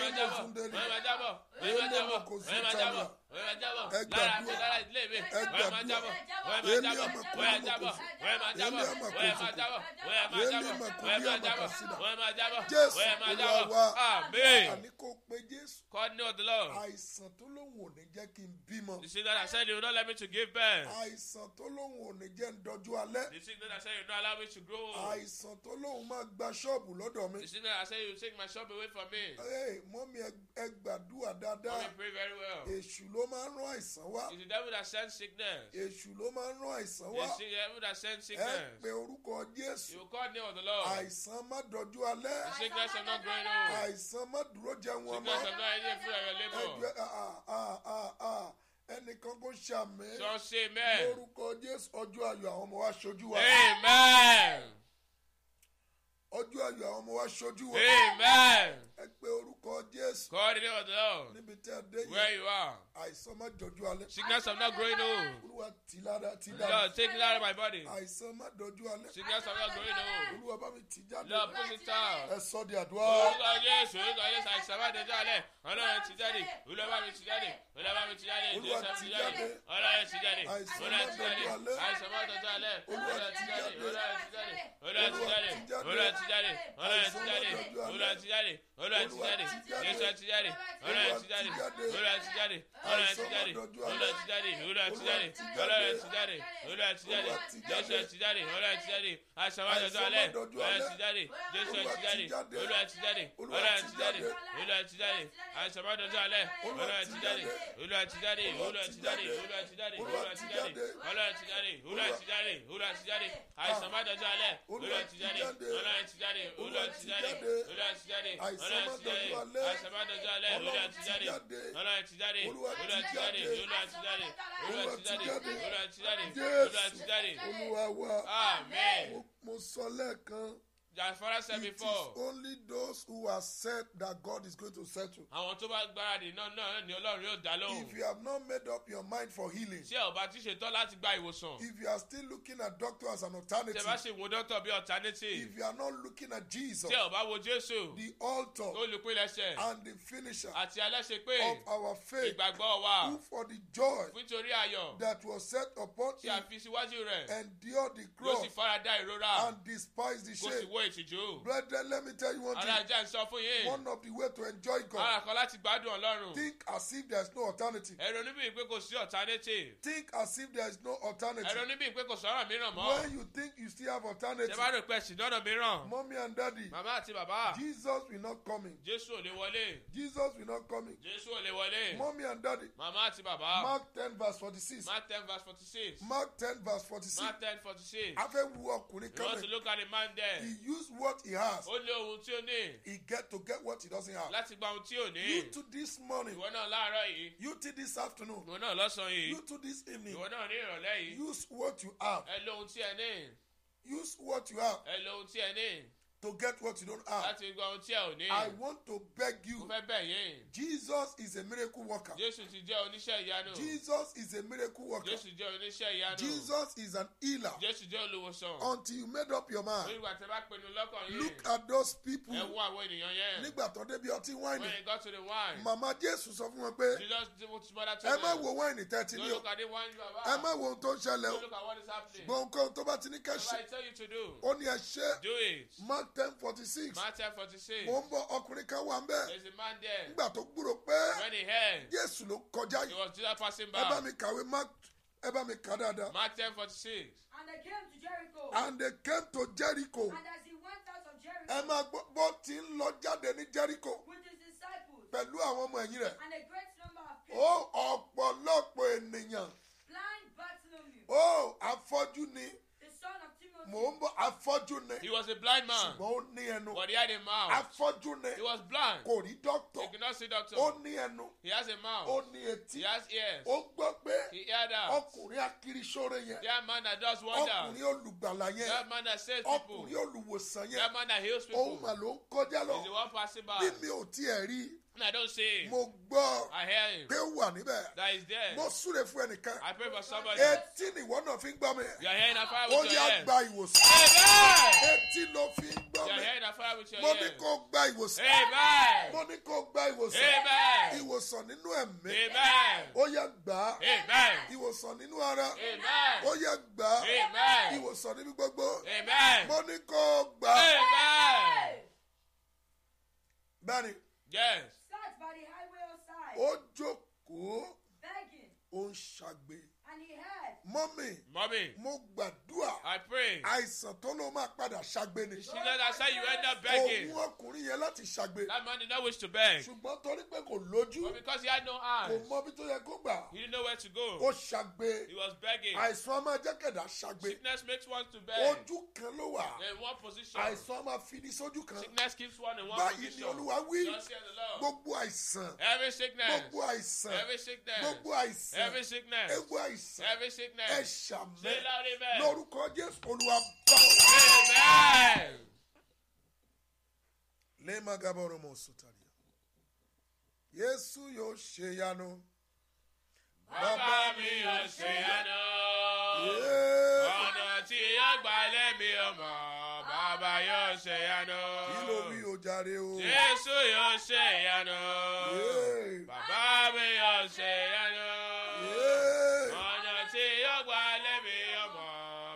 Speaker 3: máa jábọ̀, lára àti lára ìdílé mi, ọ̀yẹ́ máa jábọ̀, ọ̀yẹ́ máa jábọ̀, ọ̀yẹ́ jábọ̀, ọ̀yẹ́ máa jábọ̀, ọ̀yẹ́ máa jábọ̀, ọ̀yẹ́ máa jábọ̀, ọ̀yẹ́ máa jábọ̀, ọ̀yẹ́ máa jábọ́, ọ̀yẹ́ máa jábọ́. Amen.
Speaker 1: Àní kó pe Jésù.
Speaker 3: God know the Lord.
Speaker 1: Àìsàn tó lóun ò ní jẹ́ kí n bímọ.
Speaker 3: The sickness that I said you will not let me to give birth.
Speaker 1: Àìsàn tó lóun ò ní jẹ́ ń dọ́jú alẹ́.
Speaker 3: The sickness that I said you will not allow me to grow. old.
Speaker 1: Àìsàn tó lóun máa gba ṣọ́ọ̀bù lọ́dọ̀ mi.
Speaker 3: The sickness that I said you will take my shop away from me.
Speaker 1: Ee, Mọ́mí ẹ- ẹ gbàdúrà
Speaker 3: Let
Speaker 1: dáadáa.
Speaker 3: me pray very well.
Speaker 1: Èṣù ló máa ń rán àìsàn wá.
Speaker 3: It's the devil that sends sickness.
Speaker 1: Èṣù ló máa ń rán àìsàn wá.
Speaker 3: It's the devil that sends
Speaker 1: Ẹ
Speaker 3: sickness.
Speaker 1: pe orúkọ Jésù.
Speaker 3: You call name of the Lord.
Speaker 1: Àìsàn má dọ́jú alẹ́.
Speaker 3: The sickness of not growing old.
Speaker 1: Àìsàn má dúró jẹun ọmọ.
Speaker 3: Sickness of not eating food at your
Speaker 1: Ẹ
Speaker 3: labor.
Speaker 1: jẹ́ ah, ah, ah, ah. ẹnìkan kó ṣàmì.
Speaker 3: Don't say amen.
Speaker 1: Lórúkọ Jésù ọjọ́ ayọ̀ àwọn ọmọ wa ṣojú wa.
Speaker 3: Amen.
Speaker 1: ọjọ́ ayọ̀ àwọn ọmọ wa ṣojú wa.
Speaker 3: Amen.
Speaker 1: ẹ pé orúkọ jésù
Speaker 3: Call the name of the Lord.
Speaker 1: níbi tí a dé
Speaker 3: Where
Speaker 1: yìí
Speaker 3: you are.
Speaker 1: àìsàn má jọjú alẹ́.
Speaker 3: Sickness of not growing old.
Speaker 1: olúwa tì lára tì
Speaker 3: Lord,
Speaker 1: dáadáa.
Speaker 3: take it out of my body.
Speaker 1: àìsàn má dọjú alẹ́.
Speaker 3: Sickness of not growing old.
Speaker 1: olúwa bá mi tì jáde.
Speaker 3: Lord, push it out.
Speaker 1: ẹ sọ di àdúrà.
Speaker 3: orúkọ jésù orúkọ jésù àìsàn máa dẹjọ́ alẹ́ ọlọ́run ti jáde olúwa mi ti jáde olúwa mi ti jáde
Speaker 1: Olúwa
Speaker 3: jésù
Speaker 1: ti
Speaker 3: ti jáde
Speaker 1: jáde.
Speaker 3: ọlọ́run ti jáde
Speaker 1: Àìsàn
Speaker 3: olúwa ti
Speaker 1: máa
Speaker 3: jáde
Speaker 1: dẹjọ́ alẹ́.
Speaker 3: àìsàn máa dẹjọ́ alẹ́
Speaker 1: Olúwa
Speaker 3: olúwa
Speaker 1: ti
Speaker 3: ti jáde
Speaker 1: jáde.
Speaker 3: olúwa ti jáde olúwa ti jáde olúwa ti jáde olúwa ti jáde olúwa ti jáde olúwa ti jáde jésù ti jáde olúwa ti jáde olúwa ti jáde olúwa ti jáde olúwa ti jáde olúwa ti jáde olúwa ti jáde olúwa ti jáde jésù ti jáde olúwa ti jáde àìsàn máa dẹjọ́ alẹ́ olúwa ti jáde jésù ti jáde olúwa ti jáde olúwa ti jáde olúwa ti jáde àìsàn máa dọjọ́ alẹ́ olúwa ti jáde olúwa ti jáde olúwa ti jáde olúwa ti jáde olúwa ti jáde olúwa ti jáde olúwa ti jáde olúwa ti jáde àìsàn máa dọjọ́ alẹ́ olúwa ti jáde olúwa ti jáde olúwa ti jáde olúwa ti jáde olúwa ti jáde àìsàn máa dọjọ́ alẹ́ olúwa ti jáde olúwa ti jáde olúwa ti jáde olúwa ti jáde olúwa ti jáde olúwa ti jáde olúwa ti jáde
Speaker 1: olúwa wa
Speaker 3: amen.
Speaker 1: mo- mo sọ lẹ́ẹ̀kan.
Speaker 3: As Father said
Speaker 1: It is
Speaker 3: before.
Speaker 1: only those who are set that God is going to settle.
Speaker 3: àwọn tó bá gbáradì náà náà ni ọlọ́run yóò dá
Speaker 1: If
Speaker 3: lóhùn
Speaker 1: you have not made up your mind for healing,
Speaker 3: tí ọba ti ṣetán láti gba ìwòsàn
Speaker 1: if you are still looking at doctor as an
Speaker 3: tẹ bá
Speaker 1: alternative,
Speaker 3: ṣe wo dọ́tọ̀ bí alternative
Speaker 1: if you are not looking at Jesus,
Speaker 3: tí ọba wo jésù
Speaker 1: the altar
Speaker 3: Oh, olùpilẹ̀ṣẹ̀
Speaker 1: and the finisher
Speaker 3: àti aláṣẹ pé
Speaker 1: of our faith,
Speaker 3: ìgbàgbọ́ wa
Speaker 1: who for the joy
Speaker 3: nítorí ayọ̀
Speaker 1: that was set upon
Speaker 3: tí a
Speaker 1: him
Speaker 3: fi síwájú rẹ̀
Speaker 1: endured the
Speaker 3: ló sì
Speaker 1: cross
Speaker 3: farada ìrora
Speaker 1: and despised the
Speaker 3: kó sì
Speaker 1: shame.
Speaker 3: wo ìtìjú
Speaker 1: Brethren, let me tell you one
Speaker 3: ara
Speaker 1: thing.
Speaker 3: ajá ń sọ fún yín
Speaker 1: One of the way to enjoy
Speaker 3: ara
Speaker 1: God,
Speaker 3: kan láti gbádùn ọlọ́run
Speaker 1: think as if there is no alternative.
Speaker 3: ẹ̀rọ níbi pé kò sí alternative
Speaker 1: Think as if there is no
Speaker 3: ẹ̀rọ
Speaker 1: alternative.
Speaker 3: níbi pé kò sọ̀rọ̀ mìíràn mọ́
Speaker 1: when you think you still have
Speaker 3: tẹ bá
Speaker 1: alternative
Speaker 3: rò pé ẹ̀sìn lọ́nà mìíràn
Speaker 1: mommy and daddy
Speaker 3: màmá àti bàbá
Speaker 1: jesus will not come in
Speaker 3: jésù ò lè wọlé.
Speaker 1: jesus will not come in
Speaker 3: jésù ò lè wọlé
Speaker 1: mommy and daddy
Speaker 3: màmá àti bàbá
Speaker 1: mark ten verse forty-six
Speaker 3: Ah. mark ten verse forty six
Speaker 1: mark ten verse forty-six
Speaker 3: mark ten forty six
Speaker 1: a fẹ́ wu ọkùnrin
Speaker 3: you want
Speaker 1: kan
Speaker 3: to
Speaker 1: bẹ̀
Speaker 3: look at Oh. the man
Speaker 1: he
Speaker 3: there
Speaker 1: use what he has
Speaker 3: ó lé ohun tí ó ní
Speaker 1: he get to get what he doesn't have
Speaker 3: láti gba ohun tí ò
Speaker 1: you
Speaker 3: ní
Speaker 1: too this morning
Speaker 3: ìwọ náà láàárọ̀ yìí
Speaker 1: you too this afternoon
Speaker 3: ìwọ náà lọ́sàn-án yìí
Speaker 1: you too this evening
Speaker 3: ìwọ náà ní ìrọ̀lẹ́ yìí
Speaker 1: use what you have
Speaker 3: ẹ lo ohun tí ẹ ní
Speaker 1: use what you have
Speaker 3: ẹ lo ohun tí ẹ ní
Speaker 1: to get what you don't have
Speaker 3: láti gba ohun tí ẹ ò ní
Speaker 1: Ah. i want to beg
Speaker 3: mo
Speaker 1: you
Speaker 3: fẹ́ bẹ̀ yín
Speaker 1: jesus is a miracle worker
Speaker 3: jésù ti jẹ́ oníṣẹ́ ìyanu
Speaker 1: jesus is a miracle worker
Speaker 3: jésù jẹ́ oníṣẹ́ ìyanu
Speaker 1: Jesus is an healer
Speaker 3: jésù jẹ́ olùwòsàn
Speaker 1: until you made up your mind.
Speaker 3: onígbà tẹ bá pinnu lọ́kàn yìí
Speaker 1: Look at those
Speaker 3: ẹ
Speaker 1: people
Speaker 3: wo àwọn ènìyàn yẹn
Speaker 1: nígbà tó débi ọtí
Speaker 3: when
Speaker 1: wáìnì.
Speaker 3: you go to the wine.
Speaker 1: Màmá Jésù sọ fún wọn pé
Speaker 3: Jesus did what his mother told
Speaker 1: ẹ má
Speaker 3: him.
Speaker 1: wo wáìnì tẹ́tí
Speaker 3: Don't
Speaker 1: ní o,
Speaker 3: look at the one you are
Speaker 1: ẹ má wo ohun tó ń ṣẹlẹ̀
Speaker 3: Don't
Speaker 1: o,
Speaker 3: look at what is happening. What
Speaker 1: gbọ̀ǹkan tó bá ti ní
Speaker 3: I
Speaker 1: kẹ́sì.
Speaker 3: tell you to do,
Speaker 1: Ó ní ẹ ṣe
Speaker 3: do it.
Speaker 1: Mark ten forty six.
Speaker 3: Mark 10 46.
Speaker 1: Mò ń bọ ọkùnrin kan wà ń bẹ̀.
Speaker 3: There's a man there.
Speaker 1: Nígbà tó gbúrò pé
Speaker 3: When he heard,
Speaker 1: Jésù ló kọjá
Speaker 3: it
Speaker 1: yìí.
Speaker 3: was Jesus passing
Speaker 1: Ẹ bá
Speaker 3: by.
Speaker 1: mi kàwé Mark ẹ bá mi kà dáadáa.
Speaker 3: Mark 10 46.
Speaker 4: And they came to Jericho.
Speaker 1: And they came to Jericho.
Speaker 4: and as he went out of
Speaker 1: Ẹ
Speaker 4: Jericho
Speaker 1: máa gbọ́ bó ti ń lọ jáde ní Jericho
Speaker 4: with his disciples
Speaker 1: pẹ̀lú àwọn ọmọ ẹ̀yìn rẹ̀.
Speaker 4: and a great number of people,
Speaker 1: ó ọ̀pọ̀lọpọ̀ ènìyàn
Speaker 4: blind Bartholomew,
Speaker 1: ó afọ́jú ni
Speaker 4: the son of Timothy,
Speaker 1: mò ń bọ̀ afọ́jú ni
Speaker 3: He was a blind man,
Speaker 1: ṣùgbọ́n ó ní ẹnu
Speaker 3: but he had a mouth.
Speaker 1: afọ́jú ni
Speaker 3: He was blind.
Speaker 1: kò rí dọ́kítọ̀
Speaker 3: He could not see doctor.
Speaker 1: ó ní ẹnu
Speaker 3: He has a
Speaker 1: ó
Speaker 3: mouth.
Speaker 1: ní etí
Speaker 3: He has ears.
Speaker 1: ó gbọ́ pé
Speaker 3: He heard that.
Speaker 1: ọkùnrin akiriṣóre yẹn
Speaker 3: That man that does wonder.
Speaker 1: ọkùnrin olùgbàlà yẹn
Speaker 3: That man that saves people.
Speaker 1: ọkùnrin olùwòsàn yẹn
Speaker 3: That man that heals
Speaker 1: òun
Speaker 3: people.
Speaker 1: mà ló ń kọjá lọ
Speaker 3: He's the one passing
Speaker 1: bí
Speaker 3: by.
Speaker 1: mi ò tiẹ̀ rí
Speaker 3: And I don't see him.
Speaker 1: mo gbọ́
Speaker 3: I hear him.
Speaker 1: pé ó wà níbẹ̀
Speaker 3: That is there.
Speaker 1: mo súre fún ẹnìkan
Speaker 3: I pray for somebody.
Speaker 1: etí nìwọ náà fi ń gbọ́ mi
Speaker 3: You are hearing a fire
Speaker 1: ó
Speaker 3: with your
Speaker 1: yá
Speaker 3: ear.
Speaker 1: gba ìwòsàn.
Speaker 3: Amen.
Speaker 1: etí ló fi ń gbọ́
Speaker 3: You are
Speaker 1: mi.
Speaker 3: hearing a fire with your
Speaker 1: mo ní
Speaker 3: ear.
Speaker 1: kó gba ìwòsàn. mo
Speaker 3: Amen.
Speaker 1: ní kó gba ìwòsàn.
Speaker 3: Amen.
Speaker 1: ìwòsàn nínú ẹ̀mí.
Speaker 3: Amen.
Speaker 1: ó yẹ gbà á.
Speaker 3: Amen.
Speaker 1: ìwòsàn nínú ara.
Speaker 3: Amen.
Speaker 1: ó yẹ gbà á.
Speaker 3: Amen.
Speaker 1: ìwòsàn níbi gbogbo.
Speaker 3: Amen.
Speaker 1: mo ní kó gbà á.
Speaker 3: Amen.
Speaker 1: bẹ́ẹ̀ni
Speaker 3: Yes.
Speaker 4: sat by the highway outside,
Speaker 1: ó jókòó
Speaker 4: begging,
Speaker 1: ó ń ṣàgbé.
Speaker 4: and he heard
Speaker 1: mọ́mì
Speaker 3: Mommy,
Speaker 1: mo gbàdúrà
Speaker 3: I pray.
Speaker 1: àìsàn tó ló máa padà ṣàgbé ni.
Speaker 3: She knows that's how you end up begging.
Speaker 1: òun ọkùnrin yẹn láti ṣàgbé.
Speaker 3: That man did not wish to beg.
Speaker 1: ṣùgbọ́n torí pé kò lójú
Speaker 3: But because he had no
Speaker 1: kò
Speaker 3: eyes,
Speaker 1: mọ bí tó yẹ kó gbà á.
Speaker 3: he didn't know where to
Speaker 1: ó
Speaker 3: go.
Speaker 1: ṣàgbé.
Speaker 3: He was begging.
Speaker 1: àìsàn a máa jẹ́ kẹ̀dá ṣàgbé
Speaker 3: Sickness makes one to beg.
Speaker 1: ojú kan ló wà
Speaker 3: In one position.
Speaker 1: àìsàn a máa fi ní sójú kan
Speaker 3: Sickness keeps one in one
Speaker 1: báyìí ni
Speaker 3: position.
Speaker 1: olúwa wí
Speaker 3: Just hear the Lord.
Speaker 1: gbogbo àìsàn
Speaker 3: Every sickness.
Speaker 1: gbogbo àìsàn
Speaker 3: Every sickness.
Speaker 1: gbogbo àìsàn
Speaker 3: Every sickness.
Speaker 1: egbò àìsàn
Speaker 3: Every
Speaker 1: ẹ
Speaker 3: sickness.
Speaker 1: ṣàmẹ
Speaker 3: Say loud amen.
Speaker 1: lórúkọ jésù olúwa bá wa.
Speaker 3: Amen.
Speaker 1: lema gaboromo sotaria yesu yóò ṣe yanu
Speaker 3: Bàbá mi ò ṣe àná.
Speaker 1: Yeah.
Speaker 3: Ọ̀nà tí àgbà lẹ́mi ọmọ, bàbá yóò ṣe àná.
Speaker 1: kí ló wí o jàre o
Speaker 3: Jésù yóò ṣe àná.
Speaker 1: Yeah.
Speaker 3: Bàbá mi yóò ṣe àná.
Speaker 1: Yeah.
Speaker 3: Ọ̀nà tí àgbà lẹ́mi ọmọ,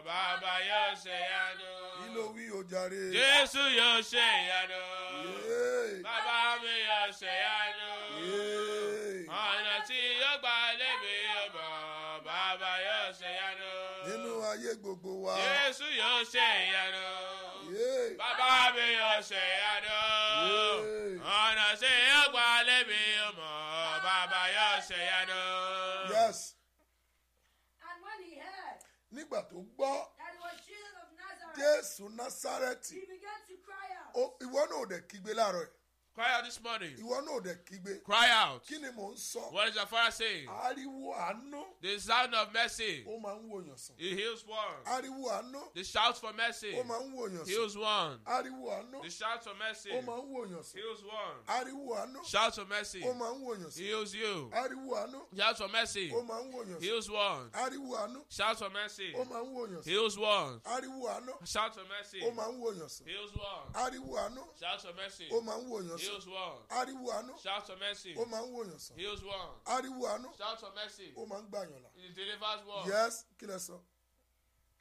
Speaker 3: bàbá yóò ṣe àná.
Speaker 1: kí ló wí o jàre
Speaker 3: Jésù yóò ṣe àná.
Speaker 1: Yeah.
Speaker 3: Bàbá mi yóò ṣe àná.
Speaker 1: Yeah.
Speaker 3: Ọ̀nà tí yóò gbà lẹ́mi ọmọ, bàbá yóò ṣe àná.
Speaker 1: nínú ayé gbogbo wa
Speaker 3: Jésù yóò ṣe ìyanu.
Speaker 1: Yeah.
Speaker 3: Bàbá mi yóò ṣe ìyanu.
Speaker 1: Yeah.
Speaker 3: Ọ̀nà sí ọgbà lẹ́mi mọ̀, bàbá yóò ṣe ìyanu.
Speaker 1: yes
Speaker 5: And when he heard
Speaker 1: nígbà tó gbọ́
Speaker 5: that it was Jesus of Nazareth,
Speaker 1: jésù násárẹ́tì
Speaker 5: he began to cry
Speaker 1: ó-
Speaker 5: out.
Speaker 1: ìwọ náà ò dẹ̀ kígbe láàárọ̀ ẹ̀
Speaker 3: Cry out this morning.
Speaker 1: ìwọ náà ò dẹ̀ kígbe
Speaker 3: Cry out.
Speaker 1: kí ni Ah. mò ń sọ
Speaker 3: What is your father saying?
Speaker 1: ariwo àánú
Speaker 3: The sound of mercy.
Speaker 1: ó máa ń wòyàn sàn
Speaker 3: He heals one.
Speaker 1: ariwo àánú
Speaker 3: The shout for mercy.
Speaker 1: ó máa ń wòyàn sàn
Speaker 3: Heals one.
Speaker 1: ariwo àánú
Speaker 3: The shout for mercy.
Speaker 1: ó máa ń wòyàn sàn
Speaker 3: Heals one.
Speaker 1: ariwo àánú
Speaker 3: Shout for mercy.
Speaker 1: ó máa ń wòyàn sàn
Speaker 3: Heals you.
Speaker 1: ariwo àánú
Speaker 3: Shout for mercy.
Speaker 1: ó máa ń wòyàn sàn
Speaker 3: Heals one.
Speaker 1: ariwo àánú
Speaker 3: Shout for mercy.
Speaker 1: ó máa ń wòyàn sàn
Speaker 3: Heals one.
Speaker 1: ariwo àánú
Speaker 3: Shout for mercy.
Speaker 1: ó máa ń wòyàn sàn
Speaker 3: Heals one.
Speaker 1: ariwo àánú
Speaker 3: Shout for mercy.
Speaker 1: ó máa ń wòyàn sàn
Speaker 3: Heals one.
Speaker 1: ariwo àánú
Speaker 3: Shout for mercy.
Speaker 1: ó máa ń wòyàn sàn
Speaker 3: Heals one.
Speaker 1: ariwo àánú
Speaker 3: Shout for mercy.
Speaker 1: ó máa ń gbàyàn là
Speaker 3: He delivers one.
Speaker 1: yes kí lẹ sọ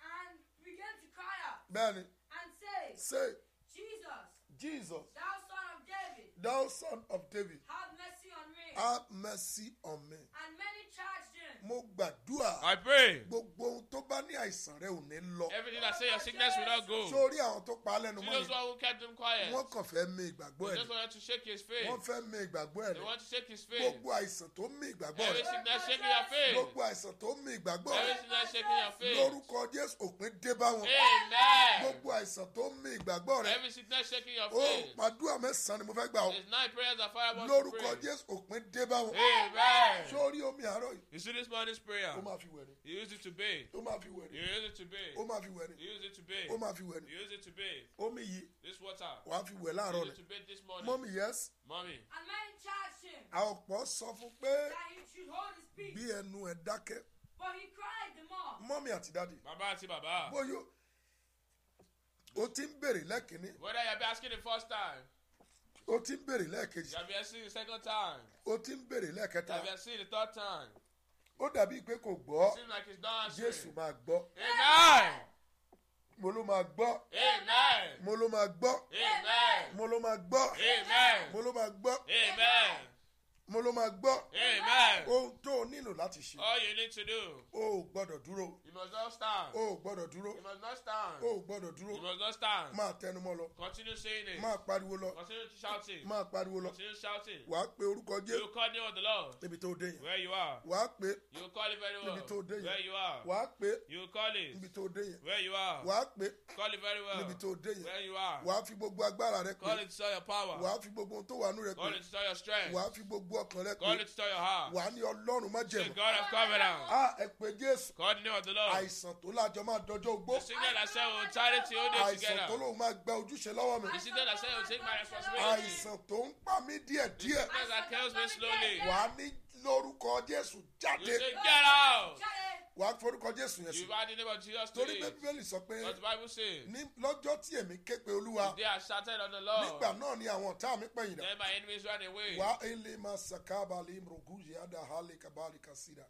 Speaker 5: And began to cry out
Speaker 1: bẹ́ẹ̀ni
Speaker 5: and say,
Speaker 1: say
Speaker 5: Jesus,
Speaker 1: Jesus
Speaker 5: thou son of David,
Speaker 1: thou son of David
Speaker 5: have mercy on me.
Speaker 1: have mercy on me
Speaker 5: And many charged him.
Speaker 1: mo gbàdúrà
Speaker 3: I pray.
Speaker 1: gbogbo ohun tó bá ní àìsàn rẹ ò ní lọ
Speaker 3: Everything that say your sickness will not go.
Speaker 1: sórí àwọn tó pa á lẹ́nu
Speaker 3: See
Speaker 1: mọ́
Speaker 3: those
Speaker 1: yẹn
Speaker 3: one who kept him quiet.
Speaker 1: wọ́n kàn fẹ́ mì ìgbàgbọ́ ẹ̀
Speaker 3: They just wanted to shake his
Speaker 1: ni.
Speaker 3: faith.
Speaker 1: wọ́n fẹ́ mì ìgbàgbọ́ ẹ̀
Speaker 3: They
Speaker 1: ni.
Speaker 3: want to shake his faith.
Speaker 1: gbogbo àìsàn tó mì ìgbàgbọ́
Speaker 3: Every
Speaker 1: rẹ
Speaker 3: sickness shaking your faith.
Speaker 1: gbogbo àìsàn tó mì ìgbàgbọ́
Speaker 3: Every
Speaker 1: rẹ
Speaker 3: sickness shaking your faith.
Speaker 1: lórúkọ Jésù òpin dé bá wọn
Speaker 3: Amen.
Speaker 1: gbogbo àìsàn tó mì ìgbàgbọ́ rẹ
Speaker 3: Every sickness shaking your
Speaker 1: ó
Speaker 3: faith.
Speaker 1: màdúrà mẹ́sàn-án ni mo fẹ́ gbà ó
Speaker 3: It's nine prayers that fire wants to
Speaker 1: lórúkọ
Speaker 3: pray.
Speaker 1: Jésù òpin dé bá wọn
Speaker 3: Amen.
Speaker 1: sórí omi àárọ̀ yìí
Speaker 3: You see this morning's prayer.
Speaker 1: ó máa fi wẹ̀ ni
Speaker 3: You use it to bathe.
Speaker 1: ó máa fi wẹ̀ ni
Speaker 3: You use it to bathe.
Speaker 1: ó máa fi wẹ̀ ni
Speaker 3: You use it to
Speaker 1: ó
Speaker 3: bathe.
Speaker 1: máa fi wẹ̀ ni
Speaker 3: You use it to bathe.
Speaker 1: omi yìí
Speaker 3: This water.
Speaker 1: wàá fi wẹ̀
Speaker 3: You
Speaker 1: láàárọ̀
Speaker 3: use
Speaker 1: rẹ
Speaker 3: it to bathe this morning.
Speaker 1: mọ́mí yẹs
Speaker 3: Mommy.
Speaker 5: And many charged him
Speaker 1: àwọn ọ̀pọ̀ sọ fún pé
Speaker 5: that he should hold his
Speaker 1: bí
Speaker 5: peace.
Speaker 1: ẹnu ẹ̀ dákẹ́
Speaker 5: But he cried the more.
Speaker 1: mọ́mí àti dáàdì
Speaker 3: Baba àti baba.
Speaker 1: bóyá o ti ń bèrè lẹ́ẹ̀kínní
Speaker 3: Whether you have been asking the first time,
Speaker 1: o ti ń bèrè lẹ́ẹ̀kejì
Speaker 3: you have been asking the second time,
Speaker 1: o ti ń bèrè
Speaker 3: you
Speaker 1: lẹ́ẹ̀kẹta
Speaker 3: have been asking the third time,
Speaker 1: ó dàbí pé kò gbọ́
Speaker 3: it seems like it's not
Speaker 1: Jésù
Speaker 3: answering.
Speaker 1: máa gbọ́
Speaker 3: Amen.
Speaker 1: mo ló máa gbọ́
Speaker 3: Amen.
Speaker 1: mo ló máa gbọ́
Speaker 3: Amen.
Speaker 1: mo ló máa gbọ́ mo
Speaker 3: Amen.
Speaker 1: ló máa gbọ́
Speaker 3: Amen.
Speaker 1: mo ló máa gbọ́
Speaker 3: Amen.
Speaker 1: ohun tó o nílò láti ṣe
Speaker 3: All you need to do,
Speaker 1: o ò gbọ́dọ̀ dúró
Speaker 3: you must not stand.
Speaker 1: o ò gbọ́dọ̀ dúró
Speaker 3: You must not
Speaker 1: o
Speaker 3: stand.
Speaker 1: ò gbọ́dọ̀ dúró
Speaker 3: You must not stand.
Speaker 1: máa tẹnumọ́ lọ
Speaker 3: Continue saying it.
Speaker 1: máa pariwo lọ
Speaker 3: Continue shouting.
Speaker 1: máa pariwo lọ
Speaker 3: Continue shouting.
Speaker 1: wàá pe orúkọ
Speaker 3: You
Speaker 1: Jésù
Speaker 3: call the name of the Lord.
Speaker 1: níbi tó dé yẹn
Speaker 3: Where you are.
Speaker 1: wàá pe
Speaker 3: You call it very well.
Speaker 1: Níbi tó dé yìí.
Speaker 3: Where you are.
Speaker 1: wàá pe
Speaker 3: You call it.
Speaker 1: níbi tó dé yẹn
Speaker 3: Where you are.
Speaker 1: wàá pe
Speaker 3: Call it very well.
Speaker 1: níbi tó dé yẹn
Speaker 3: Where you are.
Speaker 1: wàá fi gbogbo agbára rẹ pé
Speaker 3: Call it to all your power.
Speaker 1: wàá fi gbogbo ohun tó wà nú rẹ pé
Speaker 3: Call it to all your strength.
Speaker 1: wàá fi gbogbo ọkàn rẹ pé
Speaker 3: Call it to all your heart.
Speaker 1: wàá ní Ọlọ́run má
Speaker 3: Say,
Speaker 1: jẹ̀mọ́
Speaker 3: God of covenant.
Speaker 1: a ẹ pe Jésù
Speaker 3: Call the name of the Lord.
Speaker 1: àìsàn tó lájọ máa dọjọ́ ogbó
Speaker 3: The signal that said we'll charity all day
Speaker 1: àìsàn
Speaker 3: together.
Speaker 1: tó lóun máa gba ojúṣe lọ́wọ́ mi
Speaker 3: The signal that said we'll take my responsibility.
Speaker 1: àìsàn tó ń pa mí díẹ̀díẹ̀
Speaker 3: The signal that kills me slowly.
Speaker 1: wàá ní lórúkọ Jésù
Speaker 3: You
Speaker 1: jáde
Speaker 3: say, get out.
Speaker 5: Charlie,
Speaker 1: wàá forúkọ Jésù yẹn sí
Speaker 3: You are the name of Jesus
Speaker 1: torí
Speaker 3: today.
Speaker 1: pé Bíbélì sọ pé
Speaker 3: What the Bible says.
Speaker 1: ní lọ́jọ́ tí èmi ké pe Olúwa
Speaker 3: They are shouted on the
Speaker 1: nígbà
Speaker 3: Lord.
Speaker 1: náà ni àwọn ọ̀tá mi pẹ̀yìn dà
Speaker 3: Then my enemies ran away.
Speaker 1: wà ele ma sakaba le mroguji ada hale kabali kasira